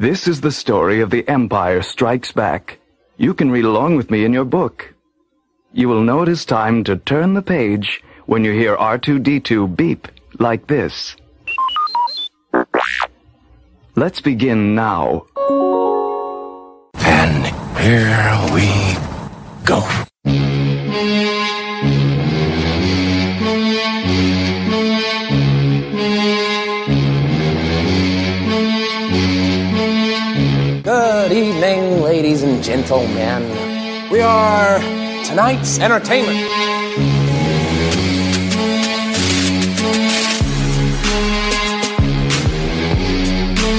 This is the story of The Empire Strikes Back. You can read along with me in your book. You will know it is time to turn the page when you hear R2D2 beep like this. Let's begin now. And here we go. Good evening, ladies and gentlemen. We are tonight's entertainment.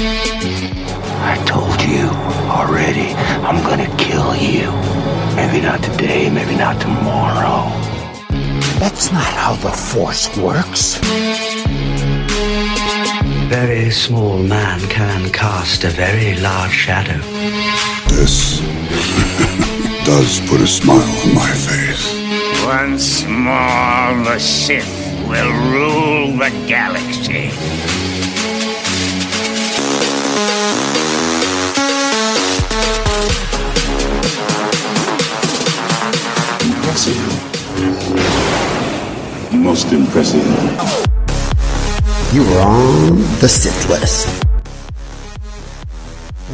I told you already, I'm gonna kill you. Maybe not today, maybe not tomorrow. That's not how the Force works. Very small man can cast a very large shadow. This does put a smile on my face. Once more, the Sith will rule the galaxy. Impressive. Most impressive. You were on the Sith list.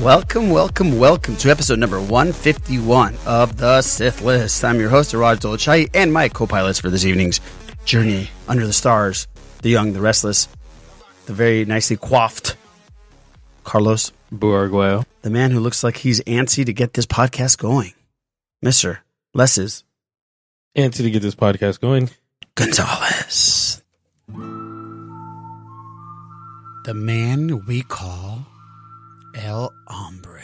Welcome, welcome, welcome to episode number 151 of the Sith List. I'm your host, Raj Dolachai, and my co pilots for this evening's journey under the stars, the young, the restless, the very nicely coiffed Carlos Buarguayo. the man who looks like he's antsy to get this podcast going, Mr. Leses Antsy to get this podcast going. Gonzalez. The man we call El Hombre.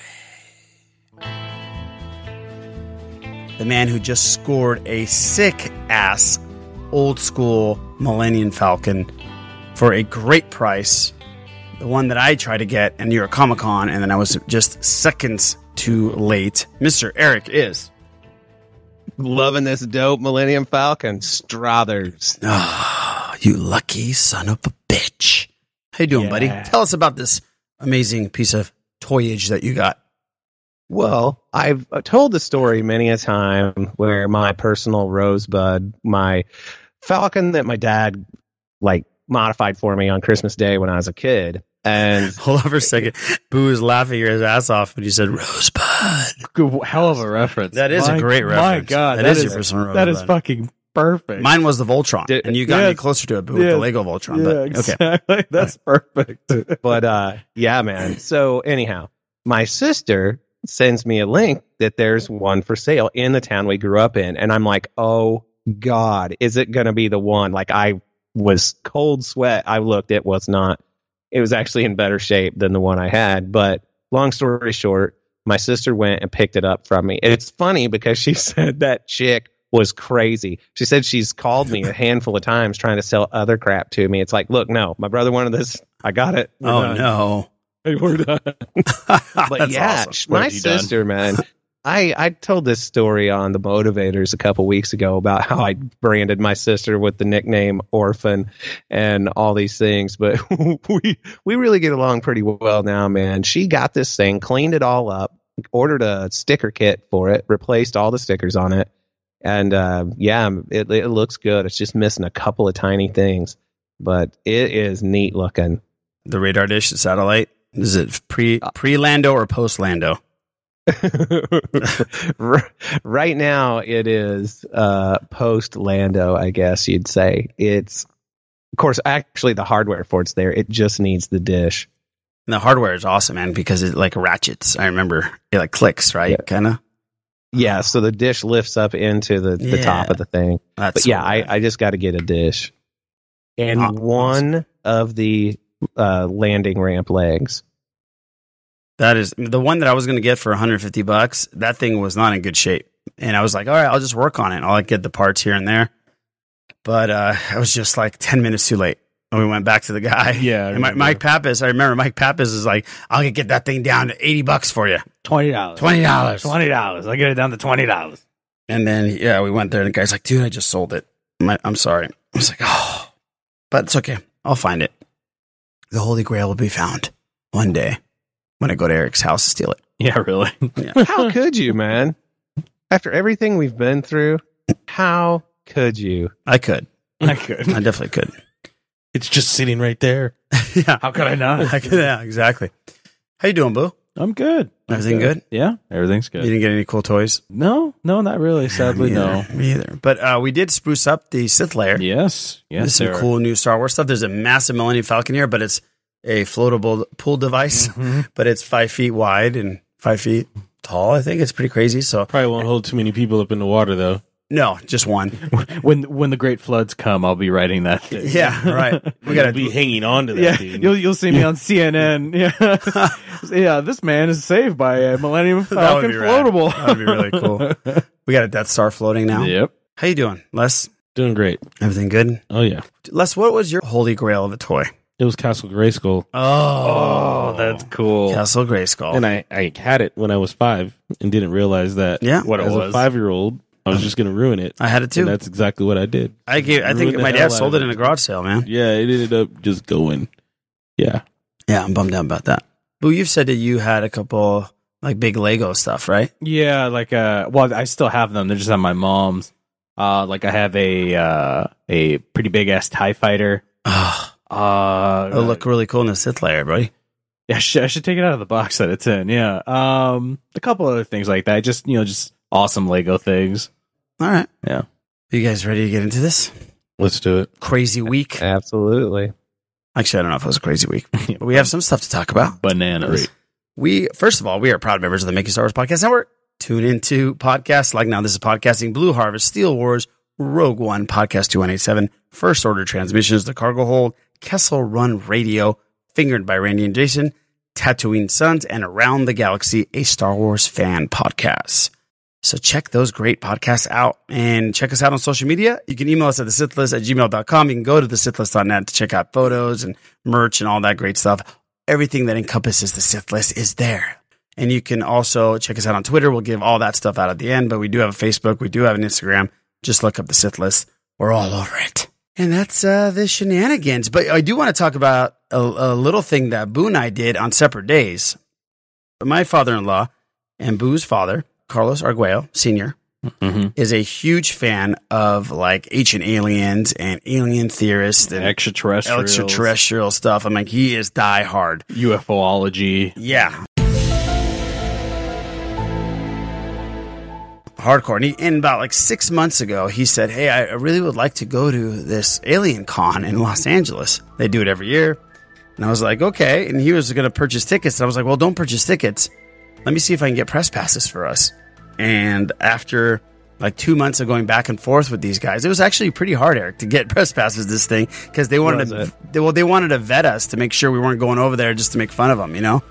The man who just scored a sick ass old school Millennium Falcon for a great price. The one that I tried to get in New York Comic Con, and then I was just seconds too late. Mr. Eric is. Loving this dope Millennium Falcon. Strathers. Ah, you lucky son of a bitch. How you doing, buddy? Yeah. Tell us about this amazing piece of toyage that you got. Well, I've uh, told the story many a time where my personal rosebud, my Falcon that my dad like modified for me on Christmas Day when I was a kid. And Hold on for a second. Boo is laughing his ass off when you said rosebud. Good- Hell of a reference. That is a My- great My reference. God, That that is is, your personal That is rosebud. fucking perfect. Mine was the Voltron, Did- and you got me yes. closer to it, Boo, with the Yes. Lego Voltron. yeah, but okay, exactly. That's perfect. but uh yeah, man. So anyhow, my sister sends me a link that there's one for sale in the town we grew up in. And I'm like, oh God, is it gonna be the one? Like I was cold sweat. I looked, it was not. It was actually in better shape than the one I had. But long story short, my sister went and picked it up from me. And it's funny because she said that chick was crazy. She said she's called me a handful of times trying to sell other crap to me. It's like, look, no, my brother wanted this. I got it. We're oh done. no, Hey, we're done. But That's yeah, awesome. sh- What my have you done? sister, man. I, I told this story on the motivators a couple weeks ago about how I branded my sister with the nickname orphan and all these things, but we we really get along pretty well now, man. She got this thing, cleaned it all up, ordered a sticker kit for it, replaced all the stickers on it, and uh, yeah, it it looks good. It's just missing a couple of tiny things, but it is neat looking. the radar dish the satellite. Is it pre pre Lando or post Lando? R- right now it is uh post lando i guess you'd say it's of course actually the hardware for it's there it just needs the dish And the hardware is awesome, man, because it like ratchets. I remember it like clicks, right? Kind of. yeah so the dish lifts up into the, the top Oh. Yeah. of the thing That's but yeah what- I, I just got to get a dish and Aw- one of the uh landing ramp legs That is the one that I was going to get for 150 bucks. That thing was not in good shape, and I was like, "All right, I'll just work on it. I'll like, get the parts here and there." But uh, I was just like 10 minutes too late, and we went back to the guy. Yeah, I and Mi- remember. Mike Pappas. I remember Mike Pappas is like, "I'll get that thing down to 80 bucks for you." Twenty dollars. $20. Twenty dollars. I get it down to twenty dollars. And then yeah, we went there, and the guy's like, "Dude, I just sold it. I'm, like, I'm sorry." I was like, "Oh, but it's okay. I'll find it. The Holy Grail will be found one day." when I go to Eric's house to steal it. Yeah, really. How could you, man? After everything we've been through, how could you? I could. I could. I definitely could. It's just sitting right there. yeah. How could I not? I could- yeah, exactly. How you doing, Boo? I'm good. Everything good? Yeah, everything's You good. didn't get any cool toys? No, no, not really. Sadly, me no. either, Me either. But uh, we did spruce up the Sith layer. Yes, There's yes, some there are. cool new Star Wars stuff. There's a massive Millennium Falcon here, but it's a floatable pool device. Mm-hmm. But it's five feet wide and five feet tall. I think it's pretty crazy. So Probably won't hold too many people up in the water, though. no, just one. When when the great floods come, I'll be writing that. Thing. Yeah, right. We got You'll to. be hanging on to that, Yeah, dude. you'll you'll see me on CNN. Yeah, yeah. This man is saved by a Millennium That would Falcon be rad. floatable. That would be really cool. We got a Death Star floating now. Yep. How you doing, Les? Doing great. Everything good? Oh, yeah. Les, what was your holy grail of a toy? It was Castle Grayskull. Oh, cool. Castle Grayskull. And I, I had it when I was five and didn't realize that Yeah. What it as a was. five year old, I was just going to ruin it. I had it And too. that's exactly what I did. I gave, I think ruined the my hell dad out sold of it in it. a garage sale, man. Yeah, it ended up just going. Yeah. Yeah, I'm bummed out about that. Boo, you've said that you had a couple like big Lego stuff, right? Yeah, like uh, well, I still have them. They're just on my mom's. Uh, like I have a uh a pretty big ass Tie Fighter. Oh, Uh, it'll Oh, look really cool in the Sith layer, buddy. Yeah, I should, I should take it out of the box that it's in. Yeah. Um, a couple other things like that. Just you know, just awesome Lego things. All right. Yeah. You guys ready to get into this Let's do it. crazy week? Absolutely. Actually, I don't know if it was a crazy week, but we have some stuff to talk about. Bananas. We first of all, we are proud members of the Making Star Wars Podcast Network. Tune into podcasts like now. This is podcasting Blue Harvest, Steel Wars, Rogue One, Podcast 2187, First Order Transmissions, The Cargo Hold, Kessel Run Radio, Fingered by Randy and Jason, Tatooine Sons, and Around the Galaxy, a Star Wars fan podcast. So check those great podcasts out and check us out on social media. You can email us at the Sith List at gmail.com. You can go to the Sithlist.net to check out photos and merch and all that great stuff. Everything that encompasses the Sith List is there. And you can also check us out on Twitter. We'll give all that stuff out at the end, but we do have a Facebook. We do have an Instagram. Just look up the Sith List. We're all over it. And that's uh, the shenanigans. But I do want to talk about a, a little thing that Boo and I did on separate days. My father in law and Boo's father, Carlos Arguello Sr., Mhm. is a huge fan of like ancient aliens and alien theorists and Extraterrestrial. extraterrestrial stuff. I'm like, he is die hard. UFOlogy. Yeah. Hardcore. And, he, and about like six months ago, he said, Hey, I I really would like to go to this alien con in Los Angeles. They do it every year. And I was like, Okay. And he was going to purchase tickets. And I was like, Well, don't purchase tickets. Let me see if I can get press passes for us. And after like two months of going back and forth with these guys, it was actually pretty hard, Eric, to get press passes this thing because they wanted Was to, it? they, well, they wanted to vet us to make sure we weren't going over there just to make fun of them, you know?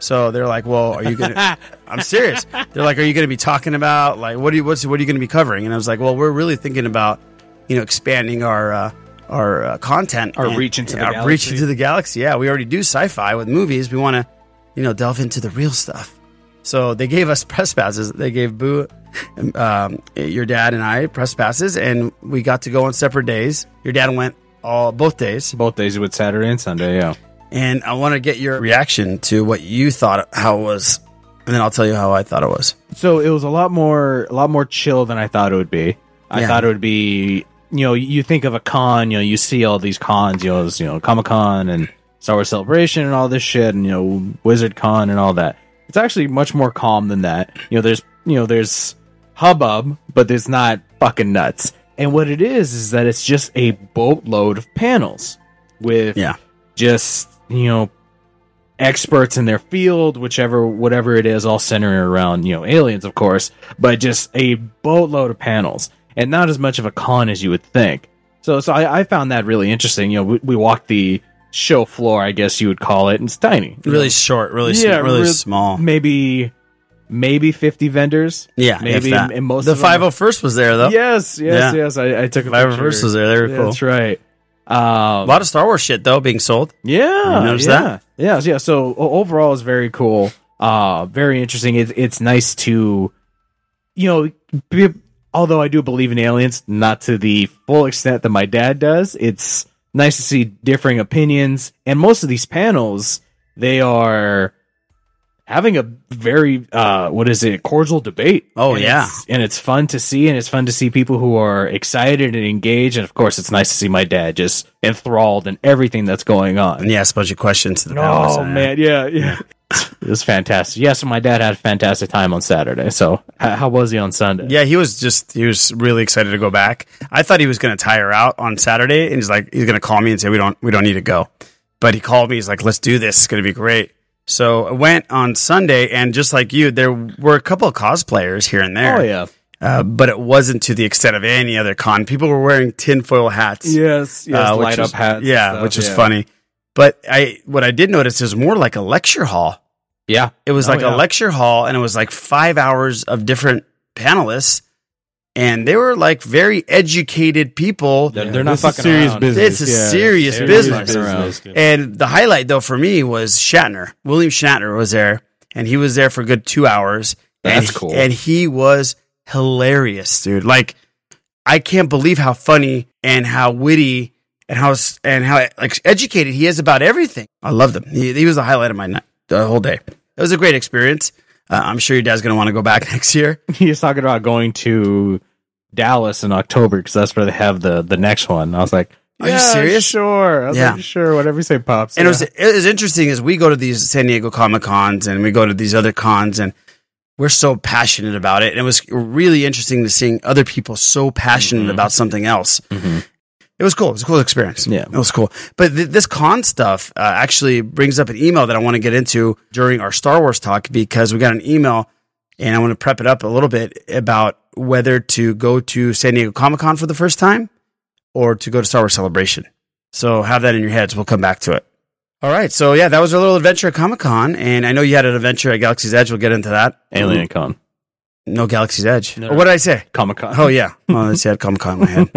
So they're like, "Well, are you gonna?" I'm serious. They're like, "Are you gonna be talking about like what are you what's what are you gonna be covering?" And I was like, "Well, we're really thinking about you know expanding our uh, our uh, content, Our and- reach into the our galaxy. reach into the galaxy. Yeah, we already do sci-fi with movies. We want to you know delve into the real stuff." So they gave us press passes. They gave Boo, um, your dad and I press passes, and we got to go on separate days. Your dad went all both days. Both days with Saturday and Sunday. Yeah. And I want to get your reaction to what you thought how it was, and then I'll tell you how I thought it was. so it was a lot more a lot more chill than I thought it would be. I Yeah. thought it would be you know you think of a con you know you see all these cons you know there's, you know Comic Con and Star Wars Celebration and all this shit and you know Wizard Con and all that. It's actually much more calm than that. You know there's you know there's hubbub, but it's not fucking nuts. And what it is is that it's just a boatload of panels with Yeah. just you know experts in their field, whichever whatever it is, all centering around you know aliens, of course, but just a boatload of panels and not as much of a con as you would think. So, so I, I found that really interesting. You know, we, we walked the show floor, I guess you would call it, and it's tiny, Really short, really, sm- Yeah, really real- small. maybe maybe fifty vendors. Yeah, maybe if that. and most the of them- five hundred first was there though. Yes, yes, Yeah. yes. I, I took a five hundred picture. first was there. They were Yeah, cool. That's right. A Um, lot of Star Wars shit though being sold. Yeah, You notice yeah, that? Yeah, yeah. So o- overall, it's very cool. Uh, very interesting. It's it's nice to, you know, be, although I do believe in aliens, not to the full extent that my dad does. It's nice to see differing opinions, and most of these panels, they are having a very uh what is it cordial debate Oh, And yeah. it's- and it's fun to see and it's fun to see people who are excited and engaged and of course it's nice to see my dad just enthralled in everything that's going on And yeah, asked a bunch of questions to the panelists oh and- man yeah yeah it was fantastic yes my dad had a fantastic time on saturday so h- how was he on sunday Yeah, he was just he was really excited to go back. I thought he was going to tire out on Saturday, and he's like he's going to call me and say we don't we don't need to go. But he called me. He's like, let's do this. It's going to be great. So I went on Sunday, and just like you, there were a couple of cosplayers here and there. Oh, yeah. Uh, but it wasn't to the extent of any other con. People were wearing tinfoil hats. Yes, yes, Uh, which light was- up hats and Yeah, stuff, which was yeah. funny. But I, what I did notice is more like a lecture hall. Yeah, it was Oh, like a yeah. lecture hall, and it was like five hours of different panelists, and they were like very educated people. They're- they're not This is fucking serious around. business, It's a yeah. serious Serious business. business. And the highlight though for me was Shatner. William Shatner was there, and he was there for a good two hours. That's and, cool. And he was hilarious, dude. Like I can't believe how funny and how witty and how s- and how like educated he is about everything. I loved him. He, he was the highlight of my night, the whole day. It was a great experience. Uh, I'm sure your dad's going to want to go back next year. he was talking about going to dallas in october because that's where they have the the next one i was like Are you serious? sure I was Yeah. like, sure whatever you say pops And it yeah. was it was interesting as we go to these San Diego Comic Cons and we go to these other cons and we're so passionate about it. And it was really interesting to seeing other people so passionate about something else. It was cool. It was a cool experience. Yeah, it was cool. But th- this con stuff uh, actually brings up an email that I want to get into during our Star Wars talk because we got an email and I want to prep it up a little bit about whether to go to San Diego Comic Con for the first time or to go to Star Wars Celebration. So have that in your heads. We'll come back to it. All right. So yeah, that was our little adventure at Comic Con, and I know you had an adventure at Galaxy's Edge. We'll get into that. Alien Con. No Galaxy's Edge. No. Or what did I say? Comic Con. Oh yeah. Oh, I said Comic Con in my head.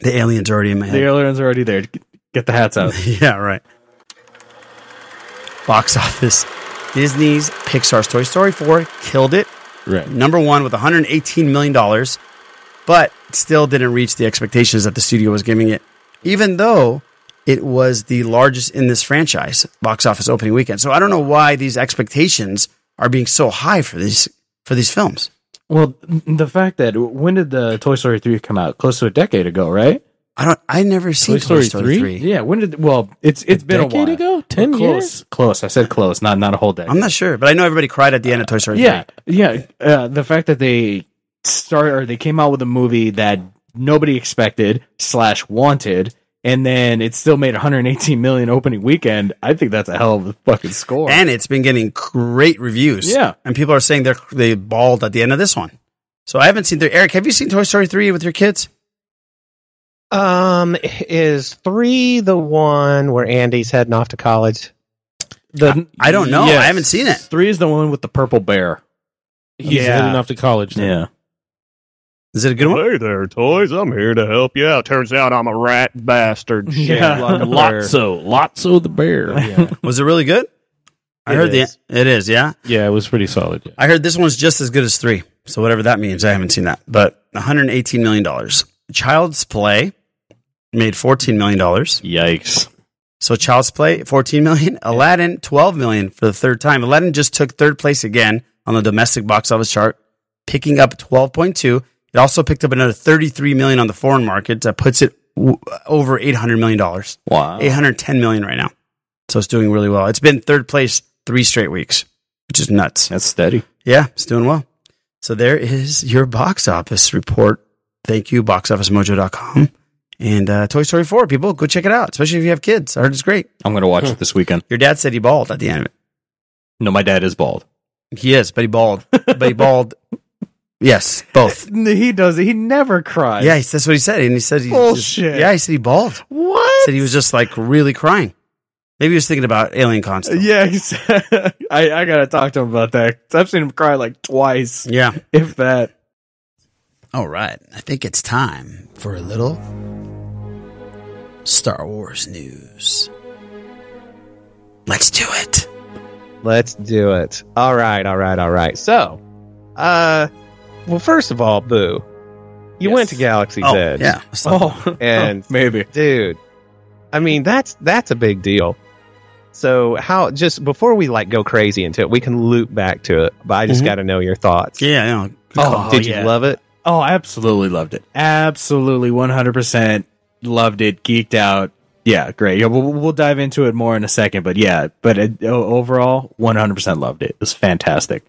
the aliens are already in my the head. aliens are already there get the hats out yeah right Box office. Disney's Pixar's Toy Story 4 killed it. Right. Number one with 118 million dollars, but still didn't reach the expectations that the studio was giving it. Even though it was the largest in this franchise box office opening weekend. So I don't know why these expectations are being so high for these for these films. Well, th- the fact that when did the Toy Story three come out? Close to a decade ago, right? I don't. I never seen Toy Story 3? Yeah, when did? Well, it's it's been a decade while. ago? 10 close, years? Close. I said close, not not a whole decade. I'm not sure, but I know everybody cried at the end of Toy Story yeah, yeah. Uh, the fact that they start or they came out with a movie that nobody expected slash wanted, and then it still made 118 million opening weekend. I think that's a hell of a fucking score. and it's been getting great reviews. Yeah. and people are saying they are they bawled at the end of this one. So I haven't seen the Eric. Have you seen Toy Story three with your kids? Um, is three the one where Andy's heading off to college? The, I don't know. I haven't seen it. Three is the one with the purple bear. He's heading off to college. Now. Yeah. Is it a good one? Hey there, toys. I'm here to help you out. Turns out I'm a rat bastard. Shit, Yeah. like a bear. Lotso, Lotso the bear. Yeah, Was it really good? I It heard is. the it is. Yeah, yeah, it was pretty solid. I heard this one's just as good as three. So whatever that means, I haven't seen that. But 118 million dollars. Child's Play made 14 million dollars. Yikes. So Child's Play 14 million, Aladdin 12 million for the third time. Aladdin just took third place again on the domestic box office chart, picking up 12.2. It also picked up another 33 million on the foreign market. That puts it w- over 800 million dollars. Wow. 810 million right now. So it's doing really well. It's been third place 3 straight weeks, which is nuts. That's steady. Yeah, it's doing well. So there is your box office report. Thank you, boxofficemojo.com. And uh, Toy Story 4, people, go check it out, especially if you have kids. I heard it's great. I'm gonna watch it this weekend. Your dad said he bawled at the end of it. No, my dad is bald. He is, but he bawled. but he bawled. Yes, both. He does. He never cries. Yeah, he- that's what he said. And he said he just- Bullshit. yeah, he said he bawled. What? Said he was just like really crying. Maybe he was thinking about Alien Constant. Yeah, he's- I, I gotta talk to him about that. 'cause I've seen him cry like twice. Yeah. If that. All right. I think it's time for a little Star Wars news. Let's do it. Let's do it. All right, all right, all right. So, uh, well, first of all, Boo, you went to Galaxy's Oh, Edge. yeah. Oh, and maybe, dude. I mean, that's that's a big deal. So how just before we like go crazy into it, we can loop back to it. But I Mm-hmm. just got to know your thoughts. Yeah. No, Oh, did you love it? Oh, I absolutely loved it. Absolutely, one hundred percent loved it. Geeked out. Yeah, great. Yeah, we'll, we'll dive into it more in a second, but yeah, but it, o- overall, one hundred percent loved it. It was fantastic.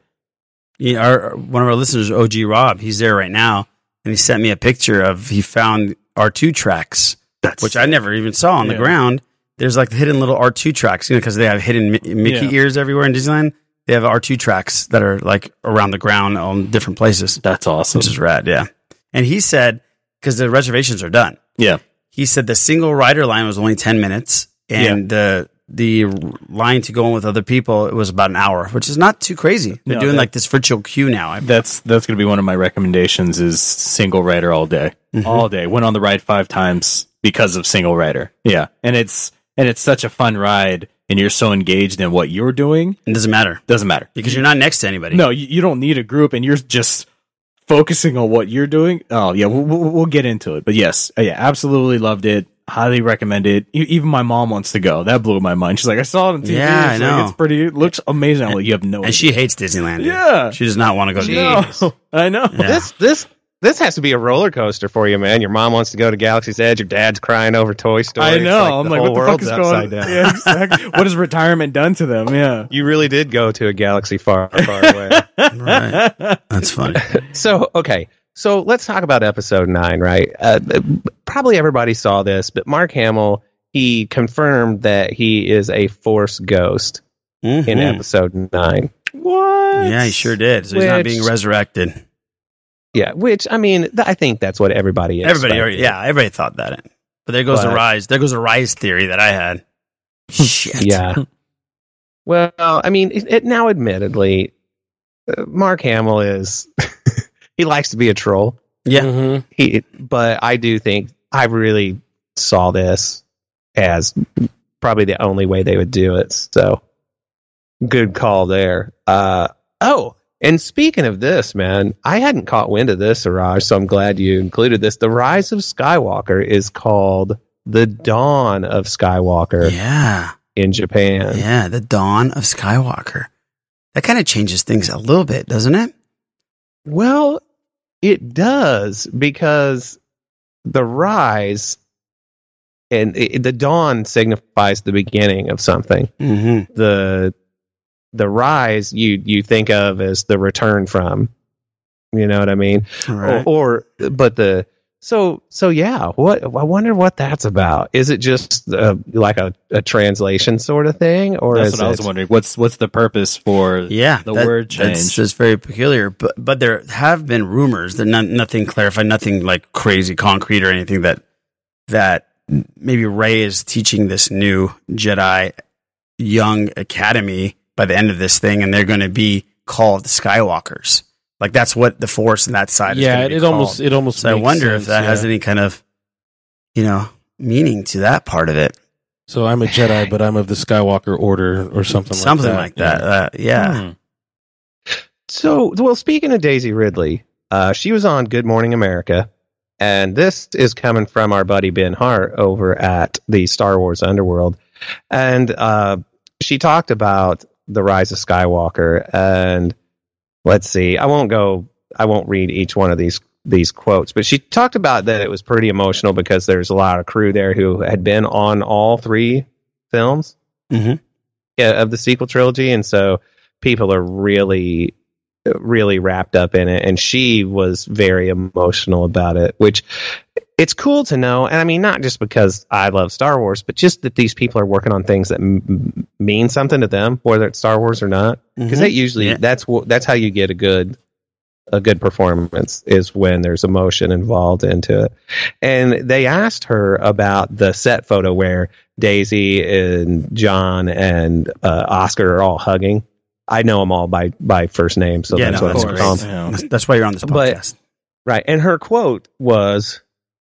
Yeah, our, one of our listeners, OG Rob, he's there right now, and he sent me a picture of he found R two tracks, which I never even saw on the Yeah. ground. There's like hidden little R two tracks, you know, because they have hidden Mi- Mickey Yeah. ears everywhere in Disneyland. They have R two tracks that are like around the ground on different places. That's awesome. Which is rad, yeah. And he said because the reservations are done. Yeah. He said the single rider line was only ten minutes, and the the line to go in with other people it was about an hour, which is not too crazy. They're No, doing that- like this virtual queue now. I That's that's gonna be one of my recommendations. Is single rider all day, Mhm. all day. Went on the ride five times because of single rider. Yeah, and it's and it's such a fun ride, and you're so engaged in what you're doing. It doesn't matter. Doesn't matter because you're not next to anybody. No, you, you don't need a group, and you're just focusing on what you're doing. Oh yeah, we'll, we'll, we'll get into it. But yes, uh, yeah, absolutely loved it. Highly recommend it. E- Even my mom wants to go. That blew my mind. She's like, I saw it on TV. Yeah, I She's like, know. it's pretty. It looks amazing. I'm like, you have no. And she hates Disneyland. dude. Yeah. She does not want to go to Disneyland. No, I know. This this this has to be a roller coaster for you, man. Your mom wants to go to Galaxy's Edge. Your dad's crying over Toy Story. I It's know. the I'm like, whole what the world's fuck is going on? upside down. Yeah, exactly. what has retirement done to them? Yeah. You really did go to a galaxy far, far away. right. That's funny. so, okay. So let's talk about episode nine, right? Uh, probably everybody saw this, but Mark Hamill, he confirmed that he is a Force ghost in Mm-hmm. Mhm. episode nine. What? Yeah, he sure did. So he's not Which- being resurrected. Yeah, which, I mean, th- I think that's what everybody is. Everybody, already, yeah, everybody thought that. But there goes But- the rise. There goes the rise theory that I had. Shit. Yeah. Well, I mean, it, it, now admittedly, uh, Mark Hamill is he likes to be a troll. Yeah. Mm-hmm. He but I do think I really saw this as probably the only way they would do it. So good call there. Uh oh, and speaking of this, man, I hadn't caught wind of this, Siraj, so I'm glad you included this. The Rise of Skywalker is called The Dawn of Skywalker. Yeah. In Japan. Yeah, the dawn of Skywalker. That kind of changes things a little bit, doesn't it? Well, it does because the rise and i the dawn signifies the beginning of something. Mm-hmm. The the rise you you think of as the return from. You know what I mean? Right. Or, or but the so so yeah. What I wonder what that's about. Is it just uh, like a, a translation sort of thing, or That's is what I was it- wondering. What's what's the purpose for Yeah, the that- word That's change? just very peculiar. But but there have been rumors that not, nothing clarified, nothing like crazy concrete or anything that that maybe Ray is teaching this new Jedi young academy by the end of this thing, and they're going to be called Skywalkers. Like that's what the Force and that side. is Yeah, gonna it- be it called. almost- it almost So I makes wonder if sense, that has yeah. any kind of you know meaning to that part of it. So I'm a Jedi, but I'm of the Skywalker Order or something. Something like like that. that. Uh, yeah. Hmm. Hmm. So, well, speaking of Daisy Ridley, uh, she was on Good Morning America, and this is coming from our buddy Ben Hart over at the Star Wars Underworld, and uh, she talked about the rise of Skywalker, and let's see, I won't go, I won't read each one of these these quotes, but she talked about that it was pretty emotional because there's a lot of crew there who had been on all three films Mm-hmm. yeah, of the sequel trilogy, and so people are really, really wrapped up in it. And she was very emotional about it, which it's cool to know. And I mean, not just because I love Star Wars, but just that these people are working on things that m- m- mean something to them, whether it's Star Wars or not. Because Mhm. that usually that's wh- that's how you get a good a good performance is when there's emotion involved into it. And they asked her about the set photo where Daisy and John and uh, Oscar are all hugging. I know them all by by first name, so yeah, that's no, what I'm calling. great. That's- That's why you're on this But- podcast. Right. And her quote was,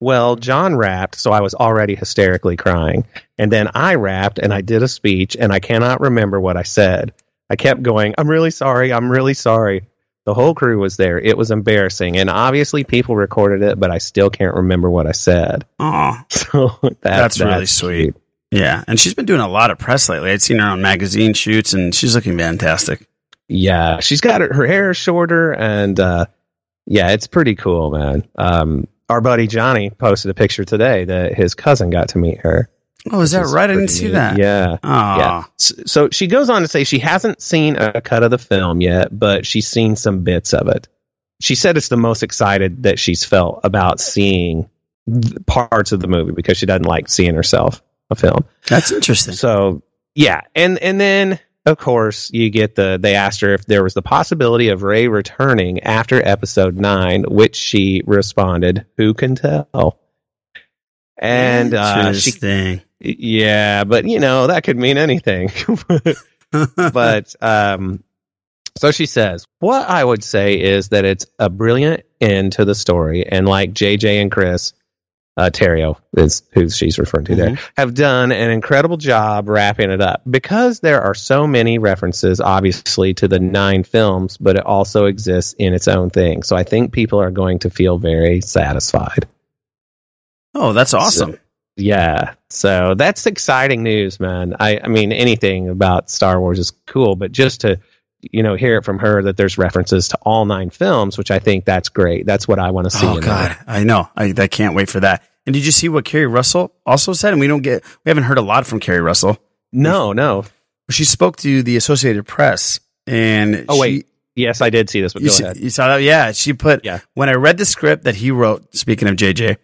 Well, John rapped, so I was already hysterically crying. And then I rapped and I did a speech and I cannot remember what I said. I kept going, I'm really sorry. I'm really sorry. The whole crew was there. It was embarrassing. And obviously people recorded it, but I still can't remember what I said. Aw. So that, That's really sweet. Yeah, and she's been doing a lot of press lately. I'd seen her on magazine shoots, and she's looking fantastic. Yeah, she's got her, her hair shorter, and uh, yeah, it's pretty cool, man. Um, our buddy Johnny posted a picture today that his cousin got to meet her. Oh, is which that right? I didn't pretty see neat. that. Yeah. Aw. Yeah. S- So, she goes on to say she hasn't seen a cut of the film yet, but she's seen some bits of it. She said it's the most excited that she's felt about seeing th- parts of the movie because she doesn't like seeing herself a film. That's interesting. So yeah, and and then of course you get the they asked her if there was the possibility of Ray returning after episode nine, which she responded, "Who can tell?" And uh, she Interesting. yeah, but you know, that could mean anything. but um so she says, what I would say is that it's a brilliant end to the story and like JJ and Chris uh Terrio is who she's referring to there. Have done an incredible job wrapping it up because there are so many references obviously to the nine films, but it also exists in its own thing. So I think people are going to feel very satisfied. Oh, that's awesome. So- yeah. So that's exciting news, man. I, I mean, anything about Star Wars is cool, but just to, you know, hear it from her that there's references to all nine films, which I think that's great. That's what I want to see. Oh in God, there. I know. I, I can't wait for that. And did you see what Carrie Russell also said? And we don't get, we haven't heard a lot from Carrie Russell. No, no. She spoke to the Associated Press, and Oh, she- wait. Yes, I did see this, but you, go see- ahead. you saw that? Yeah. She put, when I read the script that he wrote, speaking of JJ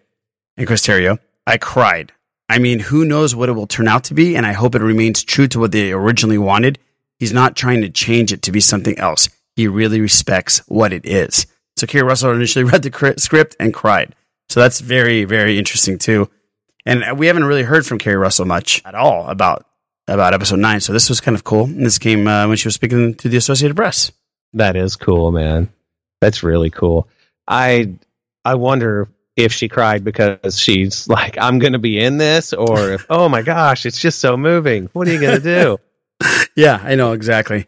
and Chris Terrio, I cried. I mean, who knows what it will turn out to be, and I hope it remains true to what they originally wanted. He's not trying to change it to be something else. He really respects what it is. So Kerry Russell initially read the cri- script and cried. So that's very, very interesting too. And uh, we haven't really heard from Kerry Russell much at all about about episode nine. So this was kind of cool. And this came uh, when she was speaking to the Associated Press. That is cool, man. That's really cool. I, I wonder if she cried because she's like, I'm going to be in this or if, oh my gosh, it's just so moving. What are you going to do? yeah, I know exactly.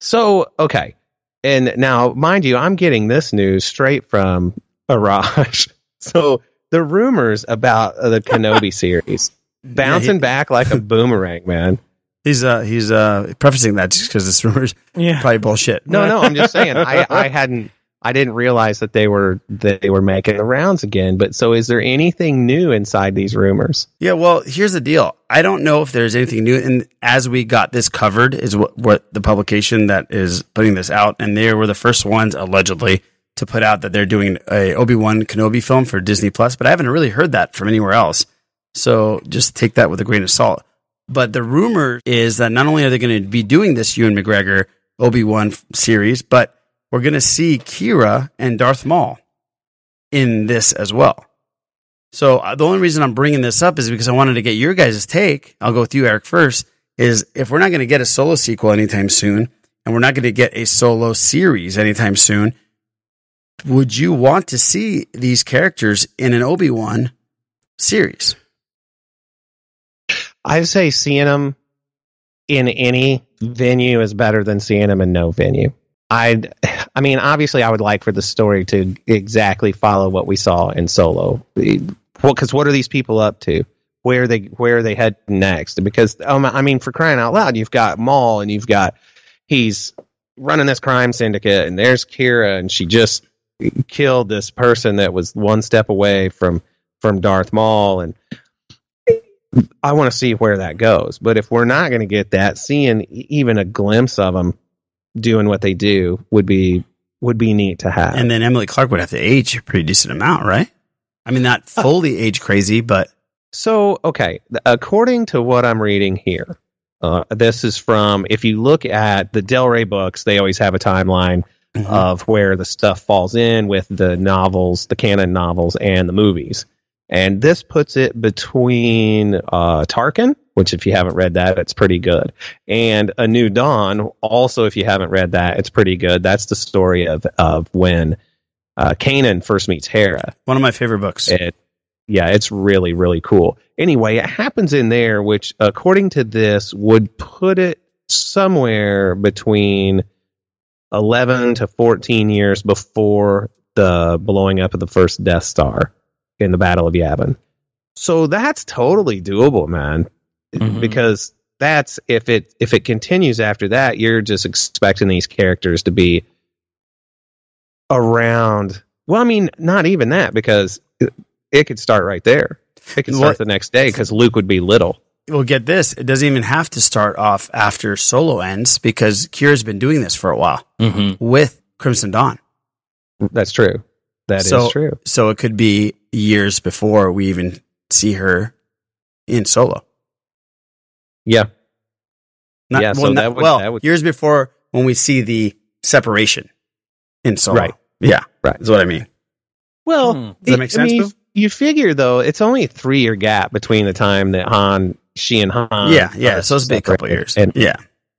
So, okay. And now, mind you, I'm getting this news straight from Arash. so, the rumors about uh, the Kenobi series bouncing Yeah, he- back like a boomerang, man. He's uh he's uh prefacing that just because this rumors yeah. probably bullshit. No, no, I'm just saying. I, I hadn't, I didn't realize that they were that they were making the rounds again. But so, is there anything new inside these rumors? Yeah, well, here's the deal. I don't know if there's anything new. And as we got this covered, is what, what the publication that is putting this out, and they were the first ones allegedly to put out that they're doing a Obi Wan Kenobi film for Disney Plus. But I haven't really heard that from anywhere else. So just take that with a grain of salt. But the rumor is that not only are they going to be doing this Ewan McGregor Obi Wan series, but we're going to see Kira and Darth Maul in this as well. So uh, the only reason I'm bringing this up is because I wanted to get your guys' take. I'll go with you, Eric, first. Is if we're not going to get a solo sequel anytime soon, and we're not going to get a solo series anytime soon, would you want to see these characters in an Obi Wan series? I say seeing them in any venue is better than seeing them in no venue. I, I mean, obviously, I would like for the story to exactly follow what we saw in Solo. Because what are these people up to? Where are they where are they heading next? Because um, I mean, for crying out loud, you've got Maul and you've got he's running this crime syndicate, and there's Kira, and she just killed this person that was one step away from from Darth Maul, and I want to see where that goes. But if we're not going to get that, seeing e- even a glimpse of them doing what they do would be would be neat to have. And then Emily Clark would have to age a pretty decent amount, right? I mean, not fully age crazy, but So, okay, th- according to what I'm reading here, uh, this is from if you look at the Del Rey books, they always have a timeline of where the stuff falls in with the novels, the canon novels, and the movies. And this puts it between uh, Tarkin, which, if you haven't read that, it's pretty good, and A New Dawn. Also, if you haven't read that, it's pretty good. That's the story of of when uh, Kanan first meets Hera. One of my favorite books. It, yeah, it's really, really cool. Anyway, it happens in there, which, according to this, would put it somewhere between 11 to 14 years before the blowing up of the first Death Star in the Battle of Yavin. So that's totally doable, man. Because that's if it if it continues after that, you're just expecting these characters to be around. Well, I mean, not even that because it, it could start right there. It could start What- the next day because Luke would be little. Well, get this. It doesn't even have to start off after Solo ends because Kira's been doing this for a while with Crimson Dawn. That's true. That That is is true. So it could be years before we even see her in Solo. Yeah. Not, Yeah, well, so not- that would- well, that would- years before when we see the separation in Solo. Right. Yeah. Right. Is what I mean. Well, Hmm. Does that it- make sense, you- Boo? you figure though, it's only a three year gap between the time that Han, she and Han, Yeah, yeah, so it's been a couple separated. years. Uh, And, Yeah.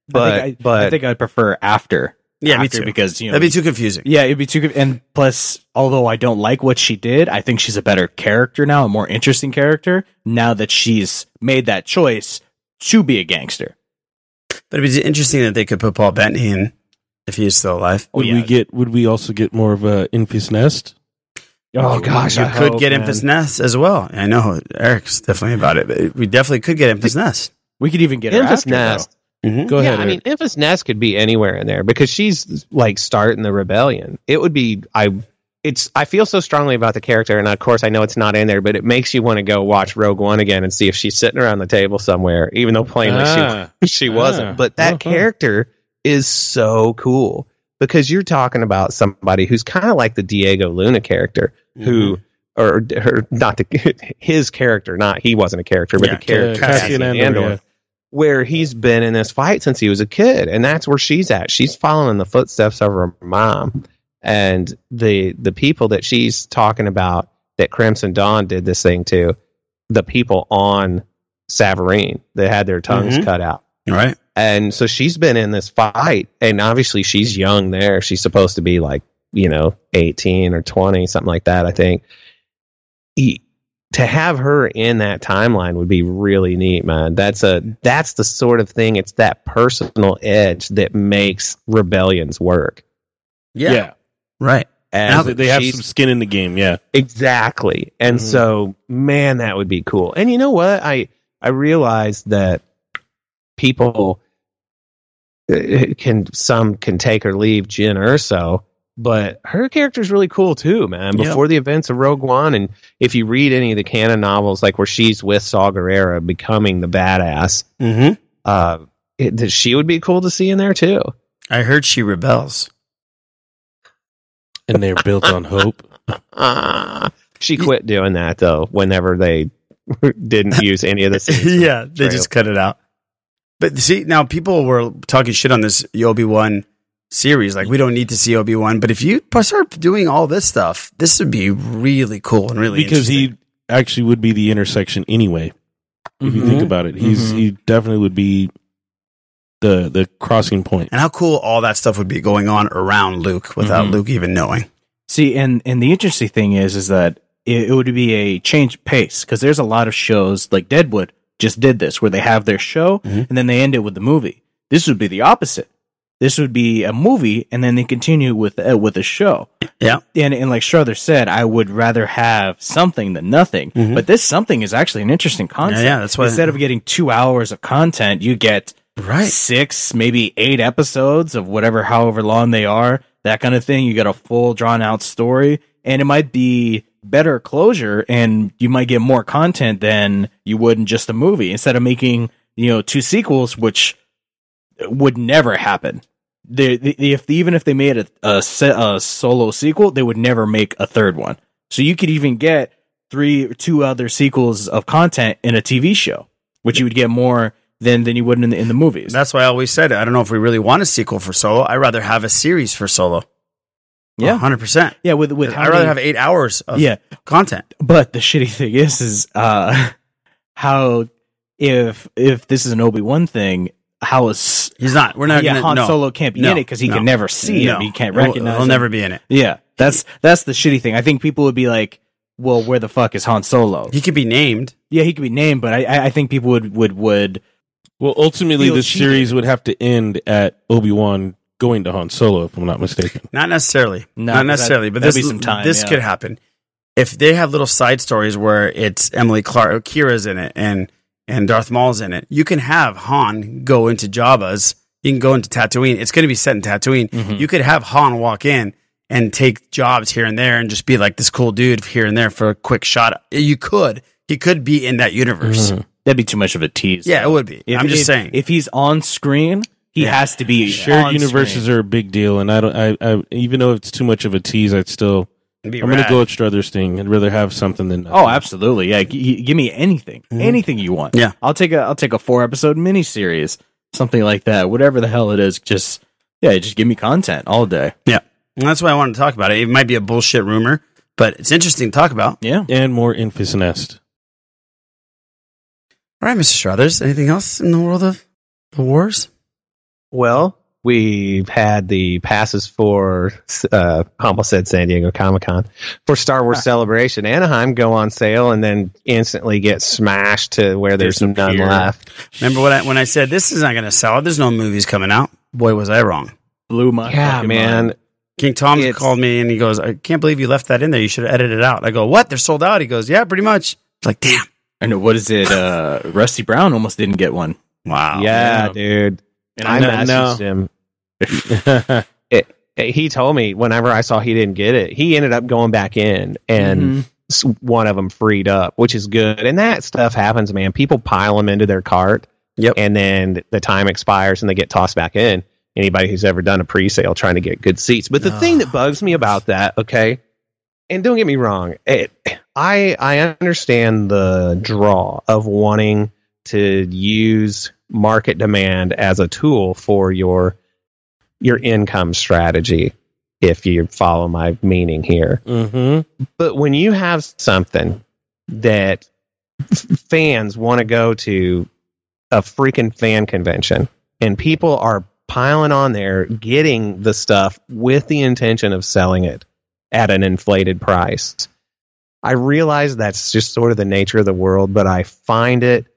but I think I, but I think I'd prefer after. Yeah, me After, too. Because you know That'd be too confusing. Yeah, it'd be too. conf- And plus, although I don't like what she did, I think she's a better character now, a more interesting character now that she's made that choice to be a gangster. But it'd be interesting that they could put Paul Bettany in if he is still alive. Would we get? Would we also get more of a Infus Nest? Oh, gosh, you I could hope, get man. Infus Nest as well. I know Eric's definitely about it, but we definitely could get Infus Nest. We could even get her Infus after, though. Nest. Mm-hmm. Go yeah, ahead. I mean, Infus Nest could be anywhere in there because she's like starting the rebellion. It would be I. It's I feel so strongly about the character, and of course I know it's not in there, but it makes you want to go watch Rogue One again and see if she's sitting around the table somewhere, even though plainly Ah. she she wasn't. Ah. but that character is so cool because you're talking about somebody who's kind of like the Diego Luna character, who Mm-hmm. or, or not the, his character, not he wasn't a character, but Yeah, the character Cassian Cassian Andor, yeah. where he's been in this fight since he was a kid, and that's where she's at. She's following in the footsteps of her mom, and the the people that she's talking about that Crimson Dawn did this thing to, the people on Savarine that had their tongues Mm-hmm. Mhm. cut out. Right. And so she's been in this fight, and obviously she's young there. She's supposed to be like, you know, 18 or 20, something like that, I think. E- to have her in that timeline would be really neat, man. That's a that's the sort of thing. It's that personal edge that makes rebellions work. Yeah. Right. And they have she's- some skin in the game. Yeah. Exactly. And Mhm. so, man, that would be cool. And you know what? I I realized that people uh, can some can take or leave Jin Urso, but her character's really cool too, man. Yeah. Before the events of Rogue One, and if you read any of the canon novels, like where she's with Saw Gerrera becoming the badass, Mm-hmm. uh, it, that she would be cool to see in there too. I heard she rebels. And they're built on hope. Uh, she quit doing that though. Whenever they didn't use any of the scenes from yeah, the they trailer. just cut it out. But see, now people were talking shit on this E Obi Wan series. Like, we don't need to see E Obi Wan. But if you start doing all this stuff, this would be really cool and really because he actually would be the intersection anyway. If you think Mhm. about it, he's Mhm. he definitely would be the the crossing point. And how cool all that stuff would be going on around Luke without Mhm. Luke even knowing. See, and and the interesting thing is, is that it, it would be a change of pace because there's a lot of shows like Deadwood just did this, where they have their show Mm-hmm. and then they end it with the movie. This would be the opposite. This would be a movie, and then they continue with uh, with a show. Yeah, and and like Strother said, I would rather have something than nothing. But this something is actually an interesting concept. Mm-hmm. Yeah, yeah, that's why- instead of getting two hours of content, you get right six, maybe eight episodes of whatever, however long they are, that kind of thing. You get a full drawn out story, and it might be better closure, and you might get more content than you would in just a movie. Instead of making you know two sequels, which would never happen. They, they, if even if they made a, a, se- a solo sequel, they would never make a third one. So you could even get three, two other sequels of content in a TV show, which you would get more than than you would in the in the movies. That's why I always said, I don't know if we really want a sequel for Solo. I'd rather have a series for Solo. Yeah. 100%. Yeah, with with how I'd rather many- have eight hours of Yeah. content. But the shitty thing is, is uh, how if if this is an Obi Wan thing, how is he's not? We're not Yeah, gonna- Han no. Solo can't be No, in it because he no, can never see no. him. He can't He'll- recognize. he'll him. never be in it. Yeah, that's that's the shitty thing. I think people would be like, "Well, where the fuck is Han Solo?" He could be named. Yeah, he could be named, but I I I think people would would would. Well, ultimately, Feel this cheated. series would have to end at Obi Wan going to Han Solo, if I'm not mistaken. Not necessarily. No, not 'cause necessarily. that- but that'd this, be some time, this yeah. could happen. if they have little side stories where it's Emily Clark, or Kira's in it, and and Darth Maul's in it, you can have Han go into Jabba's. You can go into Tatooine. It's going to be set in Tatooine. Mm-hmm. You could have Han walk in and take jobs here and there, and just be like this cool dude here and there for a quick shot. You could. He could be in that universe. That'd be too much of a tease. Yeah, it would be. Mm-hmm. If- I'm just if- saying. If he's on screen, he has to be shared on universes are a big deal, and I don't. I, I even though it's too much of a tease, I'd still. I'm It'd be going to rad. go with Struthers thing. I'd rather have something than Oh, absolutely. Yeah, g- g- give me anything, Mhm. anything you want. Yeah. I'll take a I'll take a four episode miniseries, something like that. Whatever the hell it is, just yeah, just give me content all day. Yeah, and that's why I wanted to talk about it. It might be a bullshit rumor, but it's interesting to talk about. Yeah, and more Infus Nest. All right, Mr. Struthers. Anything else in the world of the wars? Well, we've had the passes for, uh, almost said San Diego Comic Con, for Star Ah. Wars Celebration Anaheim go on sale and then instantly get smashed to where there's none left. Remember when I when I said this is not going to sell? There's no movies coming out. Boy, was I wrong. Blew my yeah, man. King Tom called me and he goes, "I can't believe you left that in there. You should have edited it out." I go, "What? They're sold out." He goes, "Yeah, pretty much." It's like, damn. I know what is it? Uh, Rusty Brown almost didn't get one. Wow. Yeah, dude. Oh, And I I know- messaged no. him. it, it- he told me whenever I saw he didn't get it, he ended up going back in and s- one of them freed up, which is good. And that stuff happens, man. People pile them into their cart. Yep. And then the time expires and they get tossed back in. Anybody who's ever done a pre sale trying to get good seats. But the thing that bugs me about that, okay, and don't get me wrong, it, I I understand the draw of wanting to use market demand as a tool for your your income strategy, if you follow my meaning here. Mm-hmm. But when you have something that f- fans want to go to a freaking fan convention and people are piling on there getting the stuff with the intention of selling it at an inflated price. I realize that's just sort of the nature of the world, but I find it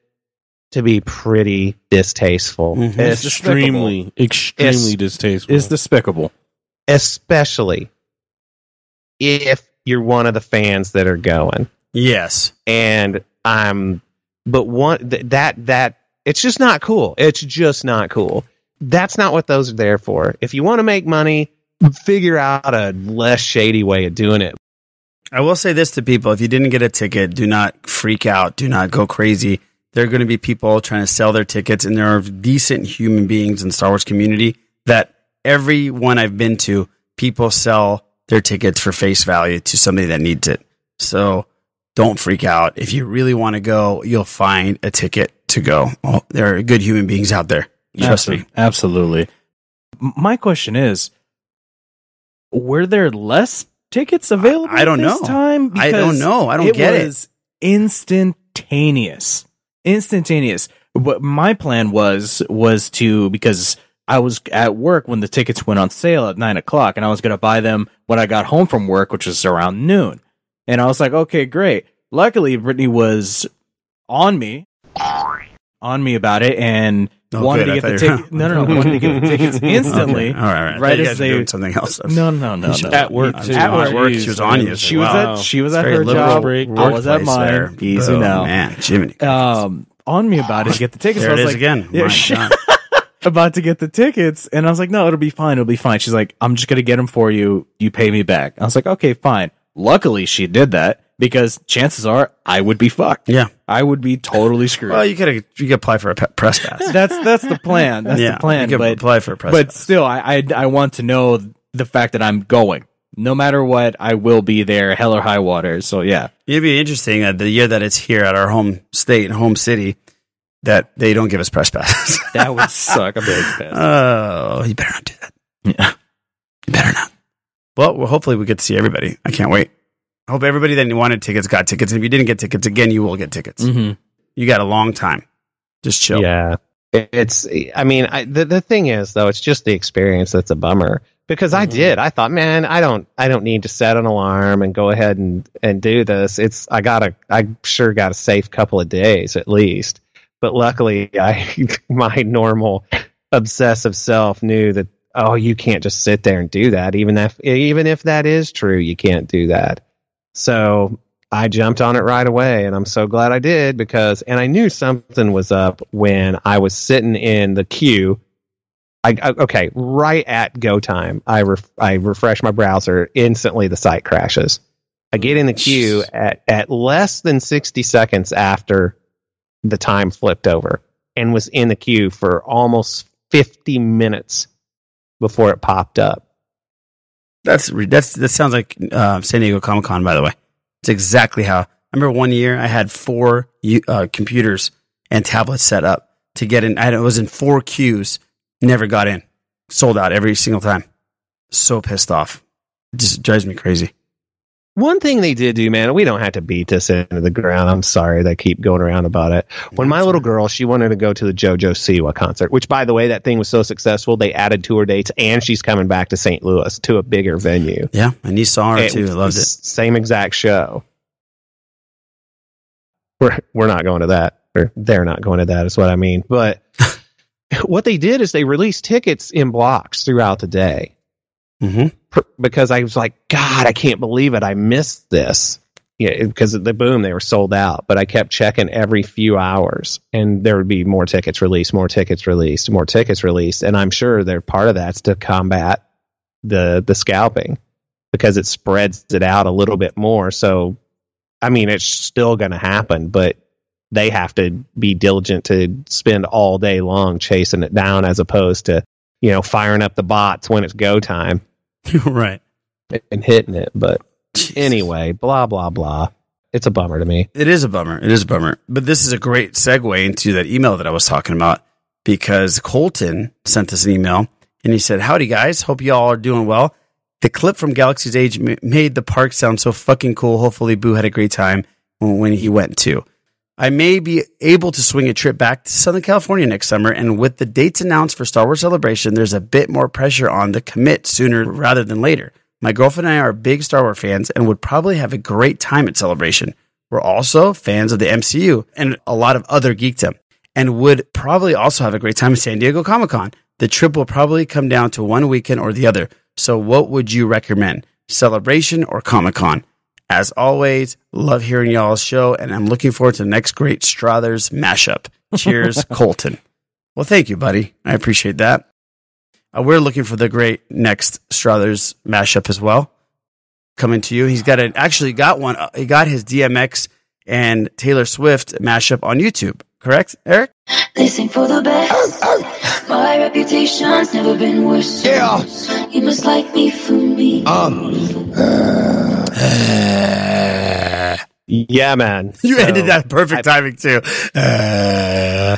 to be pretty distasteful. It's extremely, extremely It's- distasteful. It's despicable. especially if you're one of the fans that are going. Yes. And I'm but one th- that that it's just not cool. It's just not cool. That's not what those are there for. If you want to make money, figure out a less shady way of doing it. I will say this to people: if you didn't get a ticket, do not freak out. Do not go crazy. There are going to be people trying to sell their tickets, and there are decent human beings in the Star Wars community that everyone I've been to, people sell their tickets for face value to somebody that needs it. So don't freak out. If you really want to go, you'll find a ticket to go. Oh, there are good human beings out there. Trust me. Absol- Absolutely. M- My question is were there less tickets available I don't at this know. time? I don't know. I don't get it. was instantaneous. Instantaneous. What my plan was was to because I was at work when the tickets went on sale at nine o'clock, and I was going to buy them when I got home from work, which was around noon. And I was like, okay, great. Luckily, Brittany was on me, on me about it, and Oh, wanted good. I to get the thought you were- ticket. No, no, no, wanted to get the tickets instantly. Okay. All right, all right. I thought right you as guys were they doing something else. No, no, no, no. At work, too. At work, At work, she was on you. She was Wow. at she was at Very her liberal job. break- I was at workplace mine. there. Easy Oh, now, man, Jiminy. Um, on me about it to get the tickets. There I was it is like, again. Yeah, My shit. God. about to get the tickets, and I was like, no, it'll be fine. It'll be fine. She's like, I'm just gonna get them for you. You pay me back. I was like, okay, fine. Luckily, she did that because chances are I would be fucked. Yeah, I would be totally screwed. Well, you could you could apply for a pe- press pass. that's that's the plan. That's Yeah, the plan. you could but apply for a press But still, I, I I want to know the fact that I'm going. No matter what, I will be there, hell or high water. So yeah, It'd be interesting uh, the year that it's here at our home state, home city, that they don't give us press passes. that would suck. I'm very pissed. Oh, you better not do that. Yeah, you better not. Well, well, hopefully we get to see everybody. I can't wait. I hope everybody that wanted tickets got tickets. If you didn't get tickets, again, you will get tickets. Mhm. You got a long time. Just chill. Yeah. It- It's I mean, I, the the thing is though, it's just the experience that's a bummer because I did. I thought, man, I don't I don't need to set an alarm and go ahead and and do this. It's I got to I sure got a safe couple of days at least. But luckily, I my normal obsessive self knew that oh, you can't just sit there and do that even if even if that is true, you can't do that. So I jumped on it right away, and I'm so glad I did because, and I knew something was up when I was sitting in the queue. I, I- okay, right at go time, I ref, I refresh my browser. Instantly, the site crashes. I get in the queue at, at less than 60 seconds after the time flipped over and was in the queue for almost 50 minutes before it popped up. That's re- that's that sounds like uh, San Diego Comic Con. By the way, it's exactly how. I remember one year I had four u- uh, computers and tablets set up to get in. I had- I was in four queues, never got in, sold out every single time. So pissed off, it just drives me crazy. One thing they did do, man, and we don't have to beat this into the ground. I'm sorry they keep going around about it. When my little girl, she wanted to go to the JoJo Siwa concert, which, by the way, that thing was so successful, they added tour dates, and she's coming back to St. Louis to a bigger venue. Yeah, and you saw her too. I loved it. Same exact show. We're, we're not going to that, or they're not going to that, is what I mean. But what they did is they released tickets in blocks throughout the day. Mm-hmm. Pr- Because I was like, God, I can't believe it. I missed this. Yeah, because of the boom, they were sold out. But I kept checking every few hours, and there would be more tickets released, more tickets released, more tickets released. And I'm sure they're part of that's to combat the the scalping because it spreads it out a little bit more. So, I mean, it's still going to happen, but they have to be diligent to spend all day long chasing it down as opposed to, you know, firing up the bots when it's go time. right. And hitting it. But anyway, blah, blah, blah. It's a bummer to me. It is a bummer. It is a bummer. But this is a great segue into that email that I was talking about because Colton sent us an email and he said, Howdy guys. Hope you all are doing well. The clip from Galaxy's Age ma- made the park sound so fucking cool. Hopefully, Boo had a great time when, when he went too. I may be able to swing a trip back to Southern California next summer. And with the dates announced for Star Wars Celebration, there's a bit more pressure on the commit sooner rather than later. My girlfriend and I are big Star Wars fans and would probably have a great time at Celebration. We're also fans of the MCU and a lot of other geekdom and would probably also have a great time at San Diego Comic Con. The trip will probably come down to one weekend or the other. So, what would you recommend? Celebration or Comic Con? As always, love hearing y'all's show, and I'm looking forward to the next great Strathers mashup. Cheers, Colton. Well, thank you, buddy. I appreciate that. Uh, we're looking for the great next Strathers mashup as well. Coming to you, he's got an actually got one. uh, He got his DMX and Taylor Swift mashup on YouTube. Correct, Eric? They sing for the best. My reputation's never been worse. Yeah. You must like me for me. Um. yeah, man. You ended that perfect timing too. Uh,